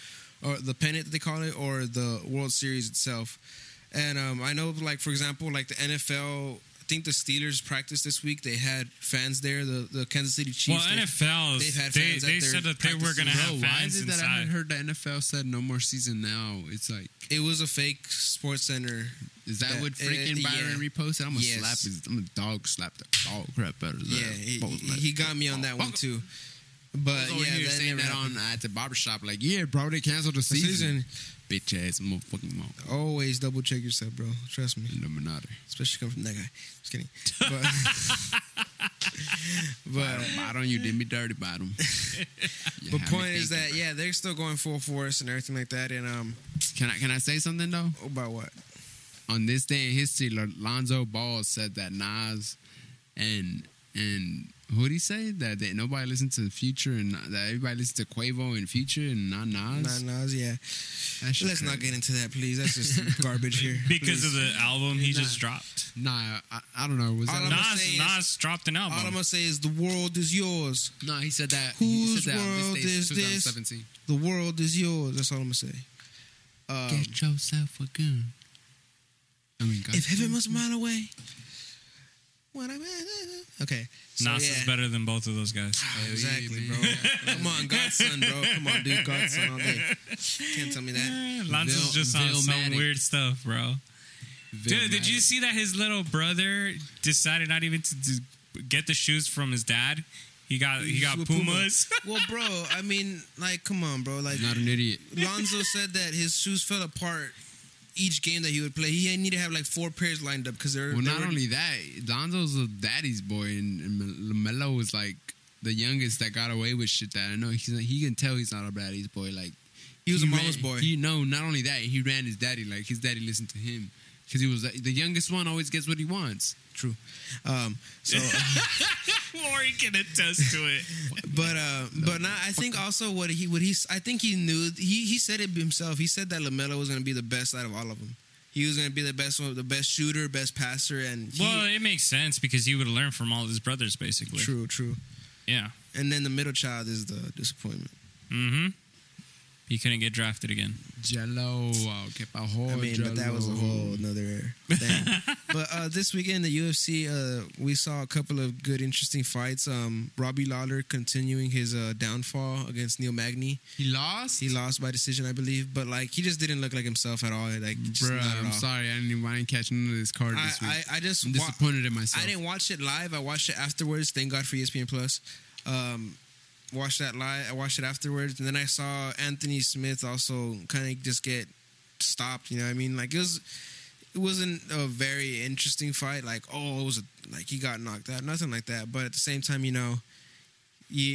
or the pennant that they call it, or the World Series itself. And um, I know, like for example, like the NFL. I think the Steelers practiced this week. They had fans there. The the Kansas City Well, Chiefs. they- NFL, they've had they, fans at they their said that they were going to practices. have Bro, why fans is it that I inside. haven't heard the NFL said no more season now? It's like, It was a fake sports center. is that, That- what freaking uh, Byron yeah. reposted? I'm gonna Yes. slap his, I'm gonna dog slap the dog crap out of that. Yeah, he, he got me on that one too. I But was over yeah, here that saying never that happened. on at the barbershop, like, yeah, bro, they canceled the season. season. Bitch ass motherfucking mom. Always double check yourself, bro. Trust me. Illuminati. Especially coming from that guy. Just kidding. But, but Bottom, bottom, you did me dirty, bottom. You but had me point is thinking, that bro. yeah, they're still going full force and everything like that. And um, Can I can I say something though? about what? on this day in history, Lo- Lonzo Ball said that Nas and and who did he say that, that nobody listened to Future and that everybody listened to Quavo and Future and not Nah, Nas. nah, yeah. That shit Let's not crazy. get into that, please. That's just garbage here. because of the album he just dropped. Nah, I, I don't know. Was All that I'ma Nas, say is- Nas dropped an All I'm album. gonna say is the world is yours. no? He said that. he Whose said that on world this day, is this? 2017. The world is yours. That's all I'm gonna say. Um, get yourself a gun. Oh. I mean, God, if heaven was a mile away, what I okay. So, Nas yeah. Ah, is better than both of those guys. Hell yeah, Exactly, man. bro. Come on, Godson, bro. Come on, dude, Godson all day. Can't tell me that. Eh, Lonzo's Vil- just on some Vilmatic. weird stuff, bro. Dude, did you see that his little brother decided not even to, to get the shoes from his dad? He got he got With Pumas. Well, bro, I mean, like, come on, bro. Like, Not an idiot. Lonzo said that his shoes fell apart each game that he would play. He needed to have like four pairs lined up because they're Well, they not were- only that, Lonzo's a daddy's boy, and, and Lamelo was like the youngest that got away with shit. That I know he's he can tell he's not a daddy's boy. Like He was a ran- mama's boy. He no, not only that, he ran his daddy. Like his daddy listened to him because he was the youngest one. Always gets what he wants. true. Um, so, Oh. Maury can attest to it. but uh, but not. I think also what he what he I think he knew he he said it himself. He said that Lamelo was going to be the best out of all of them. He was going to be the best one, the best shooter, best passer, and he, well, it makes sense because he would have learned from all his brothers, basically. true, true. Yeah. And then the middle child is the disappointment. Mm-hmm. He couldn't get drafted again. Jello, wow, que pa' I mean, but that was a whole another thing. but uh, this weekend, the UFC, uh, we saw a couple of good, interesting fights. Um, Robbie Lawler continuing his uh, downfall against Neil Magny. He lost. He lost by decision, I believe, but like he just didn't look like himself at all. Like, just Bruh, not at I'm all. sorry. I didn't, even- I didn't catch none of this card I, this week. I, I just I'm wa- disappointed in myself. I didn't watch it live. I watched it afterwards. Thank God for E ESPN Plus. Um, watched that live. I watched it afterwards, and then I saw Anthony Smith also kind of just get stopped. You know, what I mean, like it was. It wasn't a very interesting fight. Like, oh, it was a, like he got knocked out, nothing like that. But at the same time, you know, you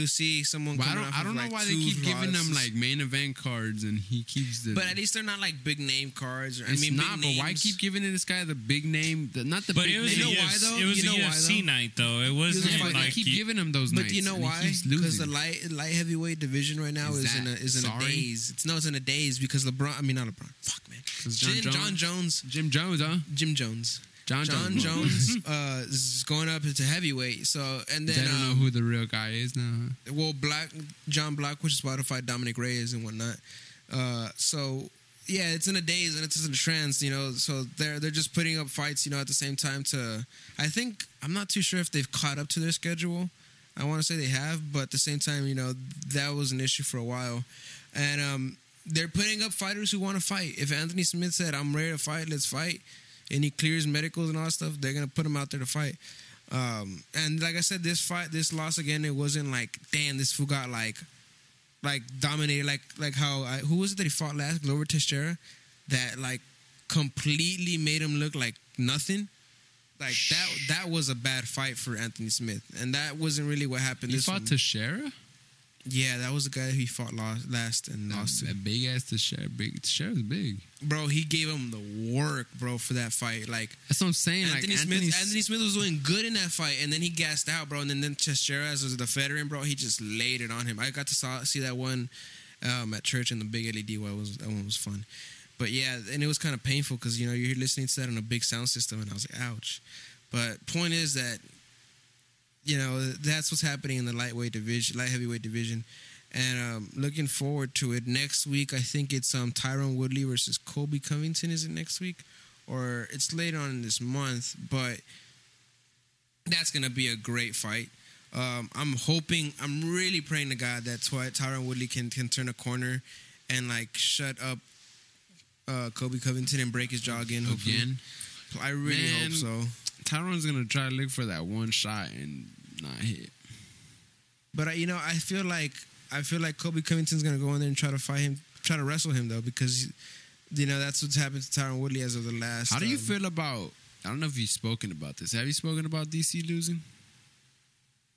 you see someone. Well, I coming don't, off I of, don't know like, why they two keep giving losses. him like main event cards, and he keeps the. But at least they're not like big name cards. Or, I It's mean, not, big but why names. keep giving this guy the big name? The, not the But big it was name. a, know why, UFC though? it was You know a why, UFC though? night, though. It wasn't That's why they like keep you- giving him those But nights. you know and he why? keeps Because losing. the light light heavyweight division right now Is is, in a that is in a sorry? daze. It's no, it's in a daze because LeBron. I mean, not LeBron. Fuck man. It's John Jim- Jones. John Jones. Jim Jones, huh? Jim Jones. John, John Jones uh, is going up into heavyweight. So and They then don't know um, who the real guy is now. huh? well, Black John Black, which is about to fight Dominic Reyes and whatnot. Uh, so yeah, it's in a daze and it's in a trance, you know. So they're they're just putting up fights, you know, at the same time. To I think I'm not too sure if they've caught up to their schedule. I want to say they have, but at the same time, you know, that was an issue for a while, and um, they're putting up fighters who want to fight. If Anthony Smith said, "I'm ready to fight, let's fight," and he clears medicals and all that stuff, they're gonna put him out there to fight. Um, and like I said, this fight, this loss again, it wasn't like, damn, this fool got like, like dominated, like like how I, who was it that he fought last, Glover Teixeira, that like completely made him look like nothing. Like that, that was a bad fight for Anthony Smith, and that wasn't really what happened. He this fought one. Teixeira? yeah, that was the guy who he fought last, last and lost to. That big ass Teixeira. Big, Teixeira's big. Bro, he gave him the work, bro, for that fight. Like That's what I'm saying. Anthony, like, Smith, Anthony, Anthony Smith was doing good in that fight, and then he gassed out, bro. And then then Chesteras was the veteran, bro. He just laid it on him. I got to saw, see that one um, at church in the big LED. One was that one was fun, but yeah, and it was kind of painful because you know you're listening to that on a big sound system, and I was like, ouch. But point is that you know that's what's happening in the lightweight division, light heavyweight division. And um, looking forward to it next week. I think it's um, Tyron Woodley versus Kobe Covington. Is it next week? or it's later on in this month, but that's gonna be a great fight. Um, I'm hoping, I'm really praying to God that Ty- Tyron Woodley can can turn a corner and like shut up uh, Kobe Covington and break his jaw again. Hopefully, again. I really Man. hope so. Tyrone's going to try to look for that one shot and not hit. But I, you know, I feel like I feel like Kobe Covington's gonna go in there and try to fight him, try to wrestle him though, because you know that's what's happened to Tyron Woodley as of the last. How do you um, feel about. I don't know if you've spoken about this. Have you spoken about DC losing?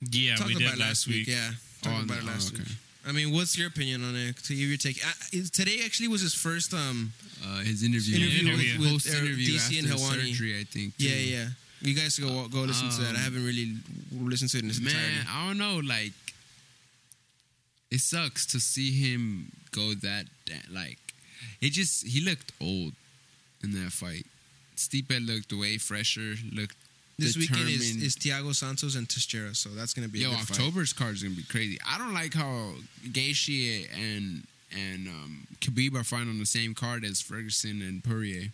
Yeah, Talked we about did it last week. Yeah, talked Oh, about it no, last okay. week. I mean, what's your opinion on it? To give your take, I, is- today actually was his first. Um, Uh, his interview. Interview with- Interview. with, Post uh, interview DC and after Helwani. surgery, I think. yeah, too. yeah. You guys should go go listen to that. Um, I haven't really listened to it in its man, entirety. I don't know. Like, it sucks to see him go that, that. Like, it just he looked old in that fight. Stipe looked way fresher. Looked This weekend is, determined. is Thiago Santos and Teixeira, so that's gonna be a yo good fight. October's card's gonna be crazy. I don't like how Gaethje and and um, Khabib are fighting on the same card as Ferguson and Poirier.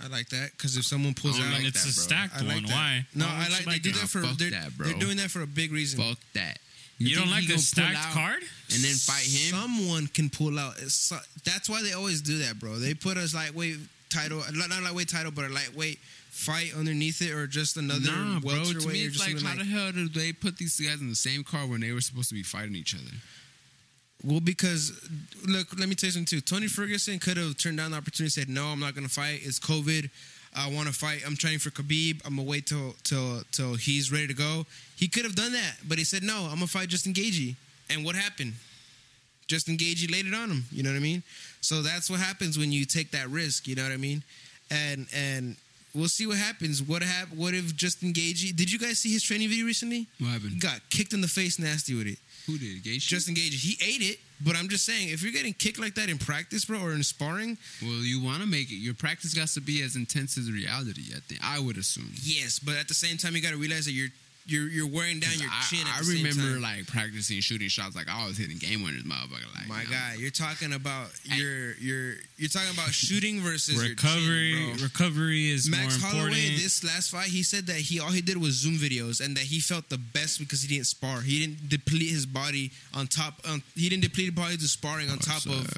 I like that because if someone pulls I out, don't I like mean, it's that, a bro. stacked I like one. that. Why? No, Why I would like you they do it? that for fuck they're, that, bro. they're doing that for a big reason. Fuck that. You don't think like he the gonna pull stacked out card? and then fight him? Someone can pull out. It's so- That's why they always do that, bro. They put us lightweight title, not not lightweight title, but a lightweight fight underneath it or just another Nah, bro. welterweight To me, or it's just like, how something the like hell did they put these guys in the same car when they were supposed to be fighting each other? Well, because look, let me tell you something too. Tony Ferguson could have turned down the opportunity, and said, "No, I'm not going to fight. It's COVID. I want to fight. I'm training for Khabib. I'm gonna wait till till till he's ready to go." He could have done that, but he said, "No, I'm gonna fight Justin Gagey." And what happened? Justin Gagey laid it on him. You know what I mean? So that's what happens when you take that risk. You know what I mean? And and we'll see what happens. What hap- What if Justin Gagey? Did you guys see his training video recently? What He happened? got kicked in the face, nasty with it. Who did? Gay shit? Justin Gage, he ate it, but I'm just saying, if you're getting kicked like that in practice, bro, or in sparring, Well, you want to make it. Your practice got to be as intense as reality. I think I would assume. yes, but at the same time, you got to realize that you're you're you're wearing down your I, chin. At I the same remember time. like practicing shooting shots. Like I was hitting game winners, motherfucker. Like my you know, guy, you're talking about your your you're talking about shooting versus recovery. Your chin, bro. recovery is Max more Holloway, important. this last fight, he said that he all he did was Zoom videos, and that he felt the best because he didn't spar. He didn't deplete his body on top. On, he didn't deplete his body to sparring on top of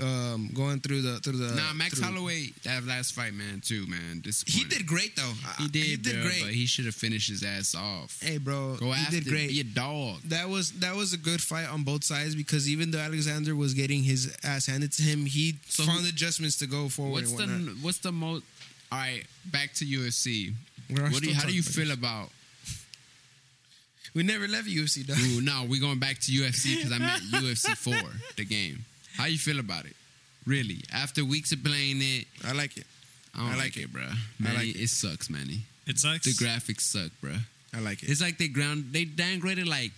um, going through the through the. nah, Max through- Holloway. That last fight, man, too, man. He Disappointing. did great though. I- He did, He did bro, great. But he should have finished his ass off. Hey, bro, Go he after. did great. Be a dog. That was that was a good fight on both sides because even though Alexander was getting his ass handed to him, he So found who- adjustments to go forward. and What's the whatnot. What's the most? All right, back to UFC. We're What do still you, how do talking you about feel about? We never left UFC, dog. Ooh, no, we're going back to UFC because I meant UFC four, the game. How you feel about it? Really? After weeks of playing it, I like it. I don't I like like, it, bro. Manny, like it. sucks, Manny. it sucks. The graphics suck, bro. I like it. It's like they ground they downgraded like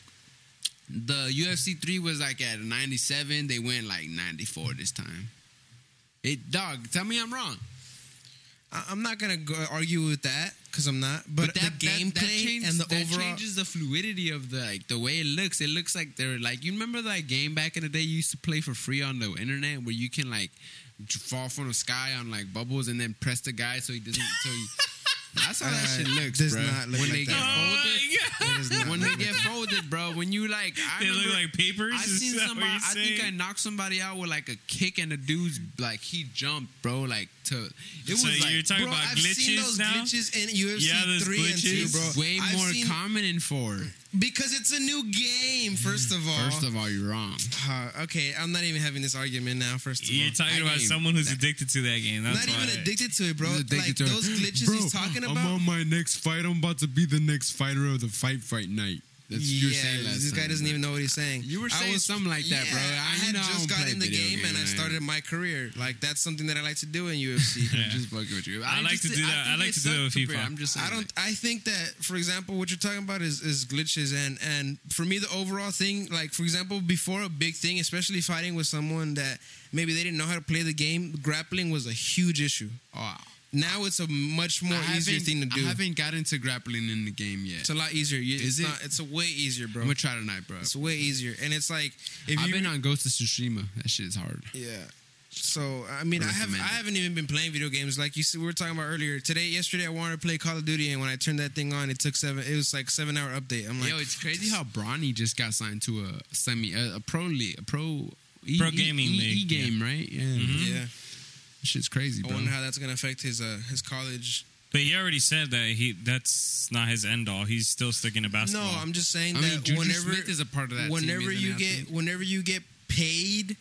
the UFC three was like at ninety seven. They went like ninety four this time. It dog, tell me I'm wrong. I, I'm not gonna go argue with that because I'm not. But, the gameplay changes- and the that overall. changes the fluidity of the like the way it looks. It looks like they're like you remember that game back in the day you used to play for free on the internet where you can like j- fall from the sky on like bubbles and then press the guy so he doesn't so he. That's how that Uh, shit looks, does bro. not look when like they oh that. my god! It is not get when they like get that. folded, bro. When you like, I They remember- look like papers. I is seen that what somebody. you're I think I saying? knocked somebody out with like a kick, and the dude's like he jumped, bro. Like to it So was like you're talking Bro, about I've seen glitches those now. glitches in UFC Yeah, those three and two, glitches. bro. way I've more seen- common in four. because it's a new game. First of all, First of all, you're wrong. Uh, okay, I'm not even having this argument now. First of all, You're talking That about game- someone who's addicted to that game. That's not even why. addicted to it, bro. Like those glitches he's talking about. I'm on my next fight. I'm about to be the next fighter of the fight fight night. That's what you were yeah, saying last this guy time, doesn't bro. even know what he's saying. You were saying something like that, bro. Yeah, I- you I, had know I just don't got play in the video game and I games, man. started my career. Like that's something that I like to do in UFC. Yeah. Just fucking with you. I like just to thi- do that. think I like to it do that with sucks to FIFA. play. I'm just. Saying, I don't. like, I think that, for example, what you're talking about is, is glitches, and and for me, the overall thing, like for example, before a big thing, especially fighting with someone that maybe they didn't know how to play the game, grappling was a huge issue. oh, Now it's a much more I easier haven't- thing to do. I haven't got into grappling in the game yet. It's a lot easier. You- it's Is it? Not, it's a way easier, bro. I'm gonna try tonight, bro. It's way easier, and it's like if I've you been on Ghost of Tsushima. That shit is hard. Yeah. So I mean, I have I Recommended. haven't even been playing video games like you said, we were talking about earlier today. Yesterday, I wanted to play Call of Duty, and when I turned that thing on, it took seven. It was like seven hour update. I'm like, Yo, it's crazy how Bronny just got signed to a semi, a, a pro league, a pro. E, Pro gaming e, league, Mm-hmm. e game, right? Yeah, yeah. shit's crazy, I bro. wonder how that's gonna affect his uh his college. But he already said that he that's not his end all. He's still sticking to basketball. No, I'm just saying I that mean, Juju whenever Smith is a part of that. team, whenever isn't you he? I get think- whenever you get paid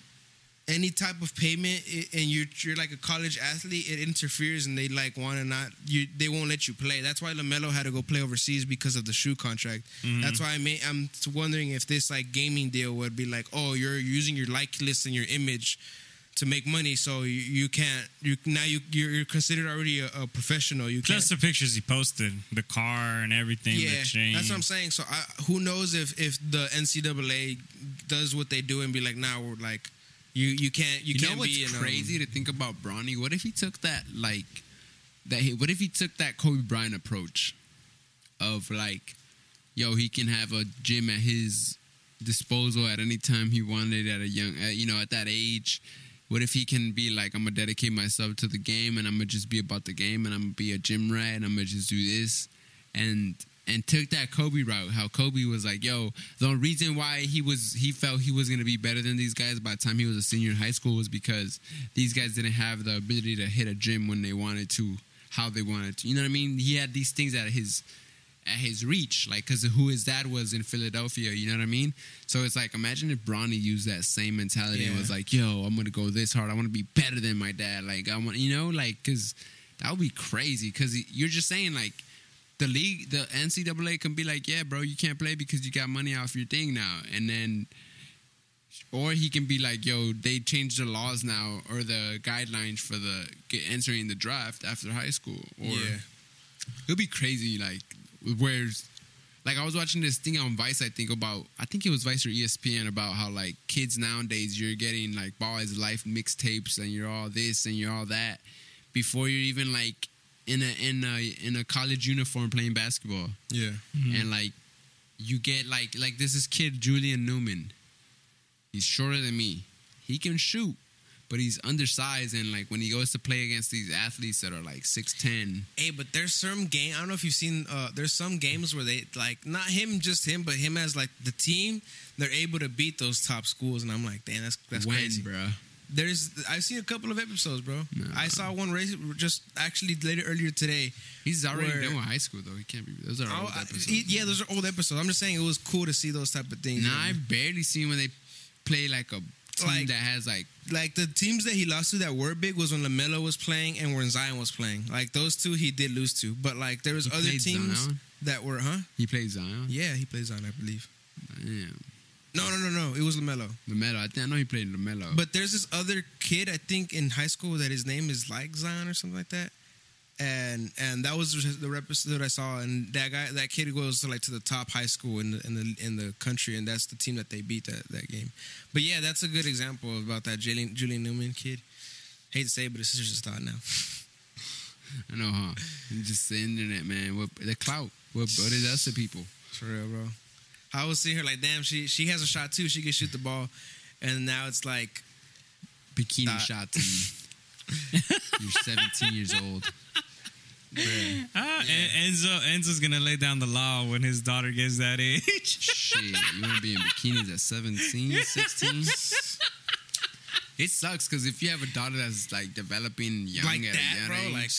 any type of payment i- and you're you're like a college athlete it interferes and they like want to not you they won't let you play that's why LaMelo had to go play overseas because of the shoe contract Mm-hmm. that's why I may, I'm wondering if this like gaming deal would be like oh you're using your likeness and your image to make money so you, you can't you now you you're, you're considered already a, a professional you can't Plus the pictures he posted, the car and everything. yeah, the chain. that's what I'm saying. So I, who knows if if the NCAA does what they do and be like, now nah, we're like, you you can't you, You know can't what's be in, um, crazy to think about Bronny? What if he took that like that? He, what if he took that Kobe Bryant approach of like, yo, he can have a gym at his disposal at any time he wanted at a young, at, you know, at that age. What if he can be like, I'm gonna dedicate myself to the game and I'm gonna just be about the game and I'm gonna be a gym rat and I'm gonna just do this and and took that Kobe route. How Kobe was like, yo, the only reason why he was he felt he was gonna be better than these guys by the time he was a senior in high school was because these guys didn't have the ability to hit a gym when they wanted to. how they wanted to. You know what I mean? He had these things at his at his reach, like because who his dad was in Philadelphia. You know what I mean? So it's like imagine if Bronny used that same mentality and Yeah. was like, "Yo, I'm gonna go this hard. I want to be better than my dad. Like I want, you know, like because that would be crazy. Because you're just saying like." The league, the NCAA can be like, yeah, bro, you can't play because you got money off your thing now. And then or he can be like, "Yo, they changed the laws now or the guidelines for the get entering the draft after high school." Or Yeah. it'll be crazy. Like, where's like I was watching this thing on Vice. I think about I think it was Vice or E ESPN about how like kids nowadays you're getting like ball is life mixtapes and you're all this and you're all that before you're even like in a in a in a college uniform playing basketball Yeah. and like you get like like there's this kid Julian Newman. He's shorter than me. He can shoot, but he's undersized and like when he goes to play against these athletes that are like six ten. Hey, but there's some game. I don't know if you've seen. Uh, there's some games where they like not him, just him, but him as like the team. They're able to beat those top schools, and I'm like, damn, that's that's when, crazy. bro? There's I've seen a couple of episodes, bro. No. I saw one race just actually later earlier today. He's already Where- Oh, done with high school though. He can't be. Those are old I- episodes. I- yeah, those are old episodes. I'm just saying it was cool to see those type of things. nah, I've barely seen when they play like a team Like- that has like like the teams that he lost to that were big was when Lamelo was playing and when Zion was playing. Like those two, he did lose to, but like there was He other played teams Zion? that were, huh? he played Zion. Yeah, he plays Zion, I believe. Damn, No, no, no, no. It was Lamelo. Lamelo. I, think, I know he played Lamelo. But there's this other kid I think in high school that his name is like Zion or something like that. And and that was the episode I saw, and that guy, that kid goes to like to the top high school in the in the in the country, and that's the team that they beat that, that game. But yeah, that's a good example about that Julian, Julian Newman kid. Hate to say, it, but his sister's just thought now. I know, huh? Just the internet, man. What the clout? What what is that to people? For real, bro. I was seeing her like, damn, she she has a shot too. She can shoot the ball, and now it's like, bikini Nah. shots and you're 17 years old. Bruh, Ah, En- Enzo Enzo's gonna lay down the law when his daughter gets that age. shit, you want to be in bikinis at 17, 16? It sucks because if you have a daughter that's like developing young Like at that, a young bro, age, like,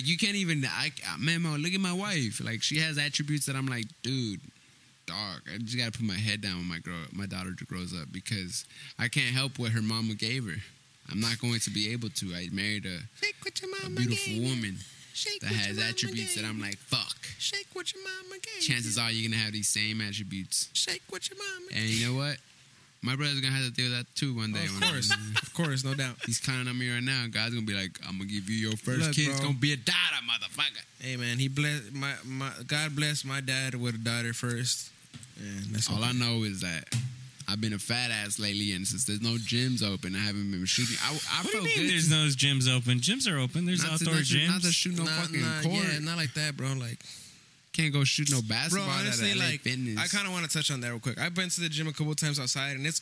like- you can't even. I, I- man, mo, look at my wife. Like she has attributes that I'm like, dude, dog. I just gotta put my head down when my girl, my daughter grows up because I can't help what her mama gave her. I'm not going to be able to. I married a, shake what your a mama beautiful gave you. woman Shake that what your has mama attributes gave that I'm you. like, fuck. Shake what your mama gave. chances you. are you're gonna have these same attributes. shake what your mama. And you know what? My brother's gonna have to deal with that too one day. of when I'm- course, of course, no doubt. He's counting on me right now. God's gonna be like, I'm gonna give you your first Look, kid. It's bro. gonna be a daughter, motherfucker. Hey man, he bless my my God bless my dad with a daughter first. And that's All I know is that I've been a fat ass lately, and since there's no gyms open, I haven't been shooting. I, I What do felt you mean? good. There's no gyms open. Gyms are open. There's not to, outdoor not to, gyms. not to shoot no Nah, fucking nah, court. yeah, not like that, bro. Like, Can't go shoot no bro, basketball. honestly, at LA like, fitness. I kind of want to touch on that real quick. I've been to the gym a couple times outside, and it's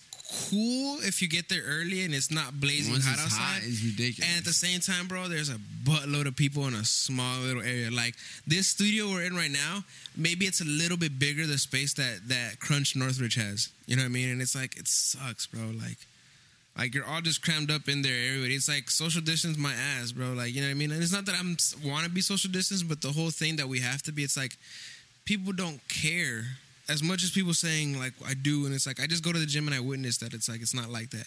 cool if you get there early and it's not blazing once hot it's outside. hot, it's ridiculous. And at the same time, bro, there's a buttload of people in a small little area. Like this studio we're in right now, maybe it's a little bit bigger the space that that Crunch Northridge has. You know what I mean? And it's like it sucks, bro. Like, like you're all just crammed up in there. Everybody, it's like social distance my ass, bro. Like you know what I mean? And it's not that I'm want to be social distance, but the whole thing that we have to be, it's like people don't care as much as people saying like I do, and it's like I just go to the gym and I witness that it's like it's not like that.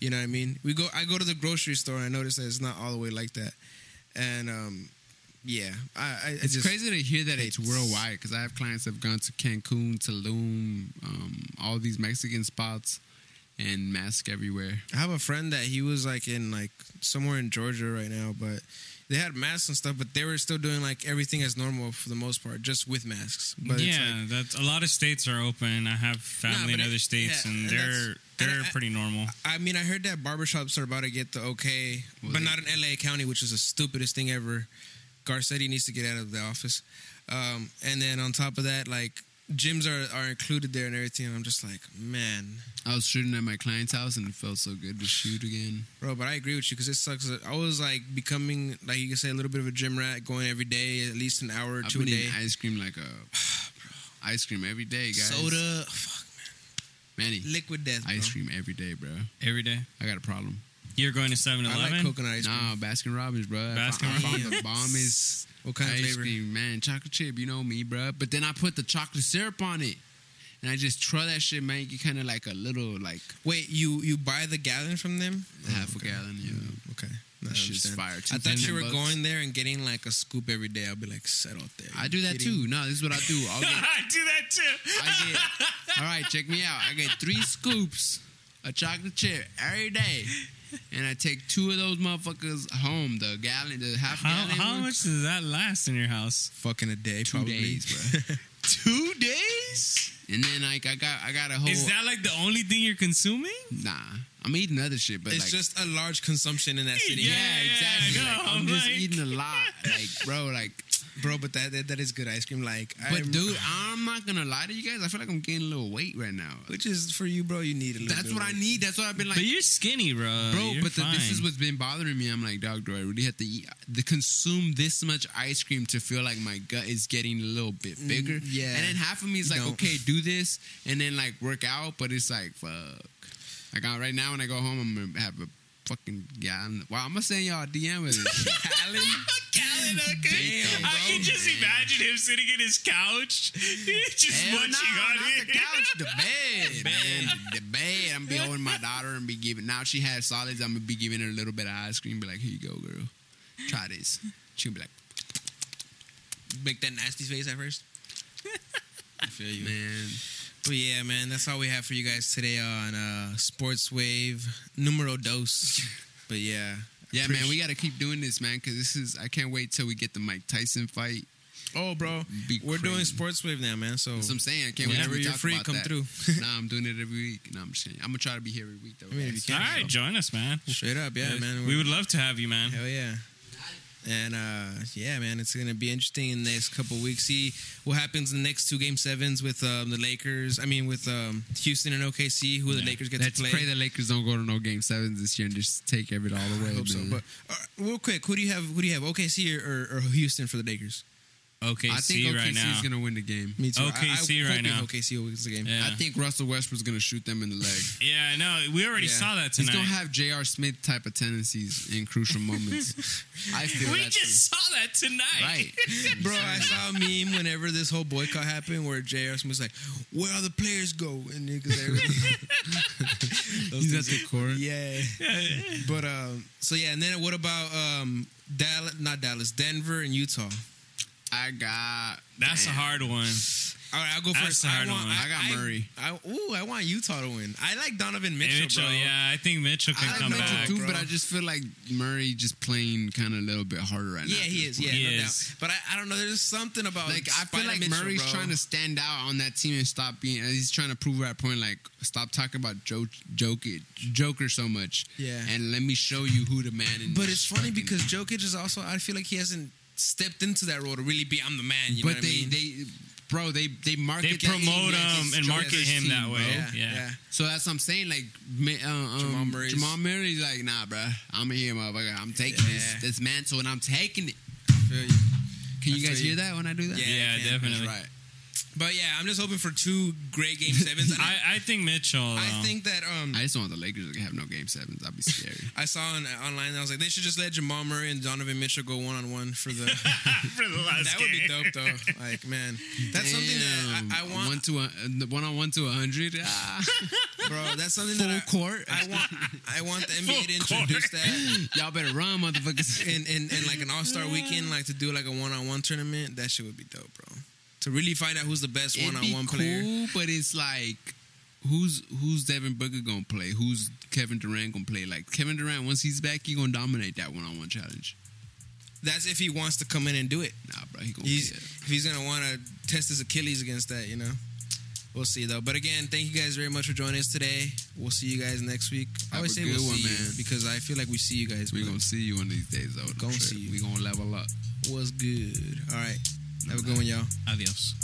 You know what I mean? We go. I go to the grocery store and I notice that it's not all the way like that. And um, yeah, I, I It's I just, crazy to hear that it's it's- worldwide because I have clients that have gone to Cancun, Tulum, um, all these Mexican spots, and mask everywhere. I have a friend that he was like in like somewhere in Georgia right now, but they had masks and stuff, but they were still doing like everything as normal for the most part, just with masks. But it's like, yeah, that's a lot of states are open. I have family but in it- other states, yeah, and and they're that's- and they're I- pretty normal. I mean, I heard that barbershops are about to get the okay, Well, but they- not in LA County, which is the stupidest thing ever. Garcetti needs to get out of the office. Um, and then on top of that, like gyms are, are included there and everything. And I'm just like, man, I was shooting at my client's house and it felt so good to shoot again. bro. But I agree with you because it sucks. that I was like becoming, like you can say, a little bit of a gym rat, going every day, at least an hour or I've two a been day. eating ice cream like a ice cream every day, guys. Soda, fuck, Manny, liquid death. Bro. ice cream every day, bro. Every day. I got a problem. You're going to 7 I like Eleven? coconut ice cream. Nah, Baskin Robbins, bro. Baskin I found Robbins. the bombest What kind of ice flavor? cream, man. Chocolate chip, you know me, bro. But then I put the chocolate syrup on it, and I just throw that shit, man. You kind of like a little like Wait, you you buy the gallon from them? half a gallon. You know, Okay, No, I That shit's understand. fire. I thought you 210 were bucks. going there and getting like a scoop every day. I'll be like, set out there. I do that too. No, this is what I do. I'll get, I do that too. I get. All right, check me out. I get three scoops of chocolate chip every day, and I take two of those motherfuckers home. The gallon, the half How, gallon. how one. much does that last in your house? Fucking a day, Two probably. days, bro. two days. And then like I got, I got a whole. Is that like the only thing you're consuming? Nah, I'm eating other shit, but it's like, just a large consumption in that city, yeah, Yeah, exactly. I know, Like, I'm, I'm just like- eating a lot, like bro, like. bro. But that, that that is good ice cream. Like, But I'm- dude, I'm not gonna lie to you guys. I feel like I'm gaining a little weight right now. which is for you, bro. You need a little. That's bit what of I it. need. That's what I've been like. but you're skinny, bro. Bro, You're but the, this fine. is what's been bothering me. I'm like, dog, do I really have to eat, to consume this much ice cream to feel like my gut is getting a little bit bigger? yeah. And then half of me is like, Don't. okay, do this, and then like work out, but it's like, fuck. Like I, right now, when I go home, I'm gonna have a fucking gallon. Wow, I'm gonna send y'all a DM with this. gallon. Gallon, okay. Damn, I bro. can just Damn. imagine him sitting in his couch, just Hell no, munching not on the it. couch, the bed, man, the bed. I'm gonna be holding my daughter and be giving. Now she has solids. I'm gonna be giving her a little bit of ice cream. Be like, here you go, girl. Try this. She'll be like, make that nasty face at first. I feel you. man. But yeah, man, that's all we have for you guys today on uh, Sports Wave Numero Dos. But yeah, Yeah, man, we gotta keep doing this, man, because this is. I can't wait till we get the Mike Tyson fight. oh, bro, Be we're doing crazy. Sports Wave now, man. So That's what I'm saying. I can't wait. whenever till we you're talk free, about come that. through. Nah, I'm doing it every week. Nah, I'm just kidding. I'm gonna try to be here every week though. mean, if you All can. right, join us, man. Straight up, yeah, man. We would love to have you, man. Hell yeah. And uh, yeah, man, it's gonna be interesting in the next couple weeks. See what happens in the next two game sevens with um, the Lakers. I mean, with um, Houston and OKC, who the Yeah. Lakers get Let's to play. pray the Lakers don't go to no game sevens this year and just take it all away. I hope so. man. But uh, real quick, who do you have? Who do you have? OKC or, or, or Houston for the Lakers? Okay, I think OKC right now. is gonna win the game. Me too. I- OKC I, right hoping now. OKC wins the game. Yeah. I think Russell Westbrook's gonna shoot them in the leg. yeah, no, we already Yeah. saw that He's tonight. gonna have J.R. Smith type of tendencies in crucial moments. I feel we that just saw that tonight. too. right. Bro, I saw a meme whenever this whole boycott happened where J.R. Smith was like, "Where all the players go?" And niggas, He's at the court. yeah. But um, so yeah, and then what about um, Dallas? Not Dallas, Denver and Utah. I got. That's a hard one. All right, I'll go That's first. a hard I, want, one. I got Murray. I, ooh, I want Utah to win. I like Donovan Mitchell, Mitchell, bro. yeah, I think Mitchell I can like come Mitchell back. too, bro. but I just feel like Murray just playing kind of a little bit harder right now. Yeah, he is. Yeah, He no is. doubt. But I, I don't know. There's something about Like I feel Spider like Mitchell, Murray's bro. trying to stand out on that team and stop being. and He's trying to prove that point. Like stop talking about jo- Joker, Joker so much. Yeah. and let me show you who the man. In But this it's funny fucking- because Jokic is also. I feel like he hasn't stepped into that role to really be. I'm the man. You know but what they, I mean? they, bro, they they market They that promote team as him this Um, and market Joker's him team, that way. bro. Yeah, yeah. So that's what I'm saying. Like ma- uh, um, Jamal Jamal Murray's- Murray's. like, nah, bro. I'm here, motherfucker. I'm taking Yeah. this this mantle and I'm taking it. Feel you. Can I you guys feel you. hear that when I do that? Yeah, Yeah, yeah, definitely. That's right. But yeah, I'm just hoping for two great game sevens. And I, I, I think Mitchell. I though. think that um, I just don't want the Lakers to have no game sevens. I'd be scared. I saw on, online. I was like, they should just let Jamal Murray and Donovan Mitchell go one on one for the. for the last that would be game. dope, though. Like, man, that's something that I, I want, One to a, uh, one on one to a hundred. Ah, bro. That's something full that I, court. I want. I want the NBA to Full court. introduce that. Y'all better run, motherfuckers. and, and, and like an all star weekend, like to do like a one on one tournament, that shit would be dope, bro. To really find out who's the best It'd one on one be player. cool, but it's like who's who's Devin Booker gonna play? Who's Kevin Durant gonna play? Like Kevin Durant, once he's back, he gonna dominate that one on one challenge. That's if he wants to come in and do it. Nah, bro, he gonna. He's be a- if he's gonna want to test his Achilles against that, you know. We'll see though. But again, thank you guys very much for joining us today. We'll see you guys next week. I Have always a say good we'll one, see you man. because I feel like we see you guys. we but gonna see you one of these days, though. Gonna see Sure. you. We gonna level up. was good. All right. Have a good one, y'all. Adios.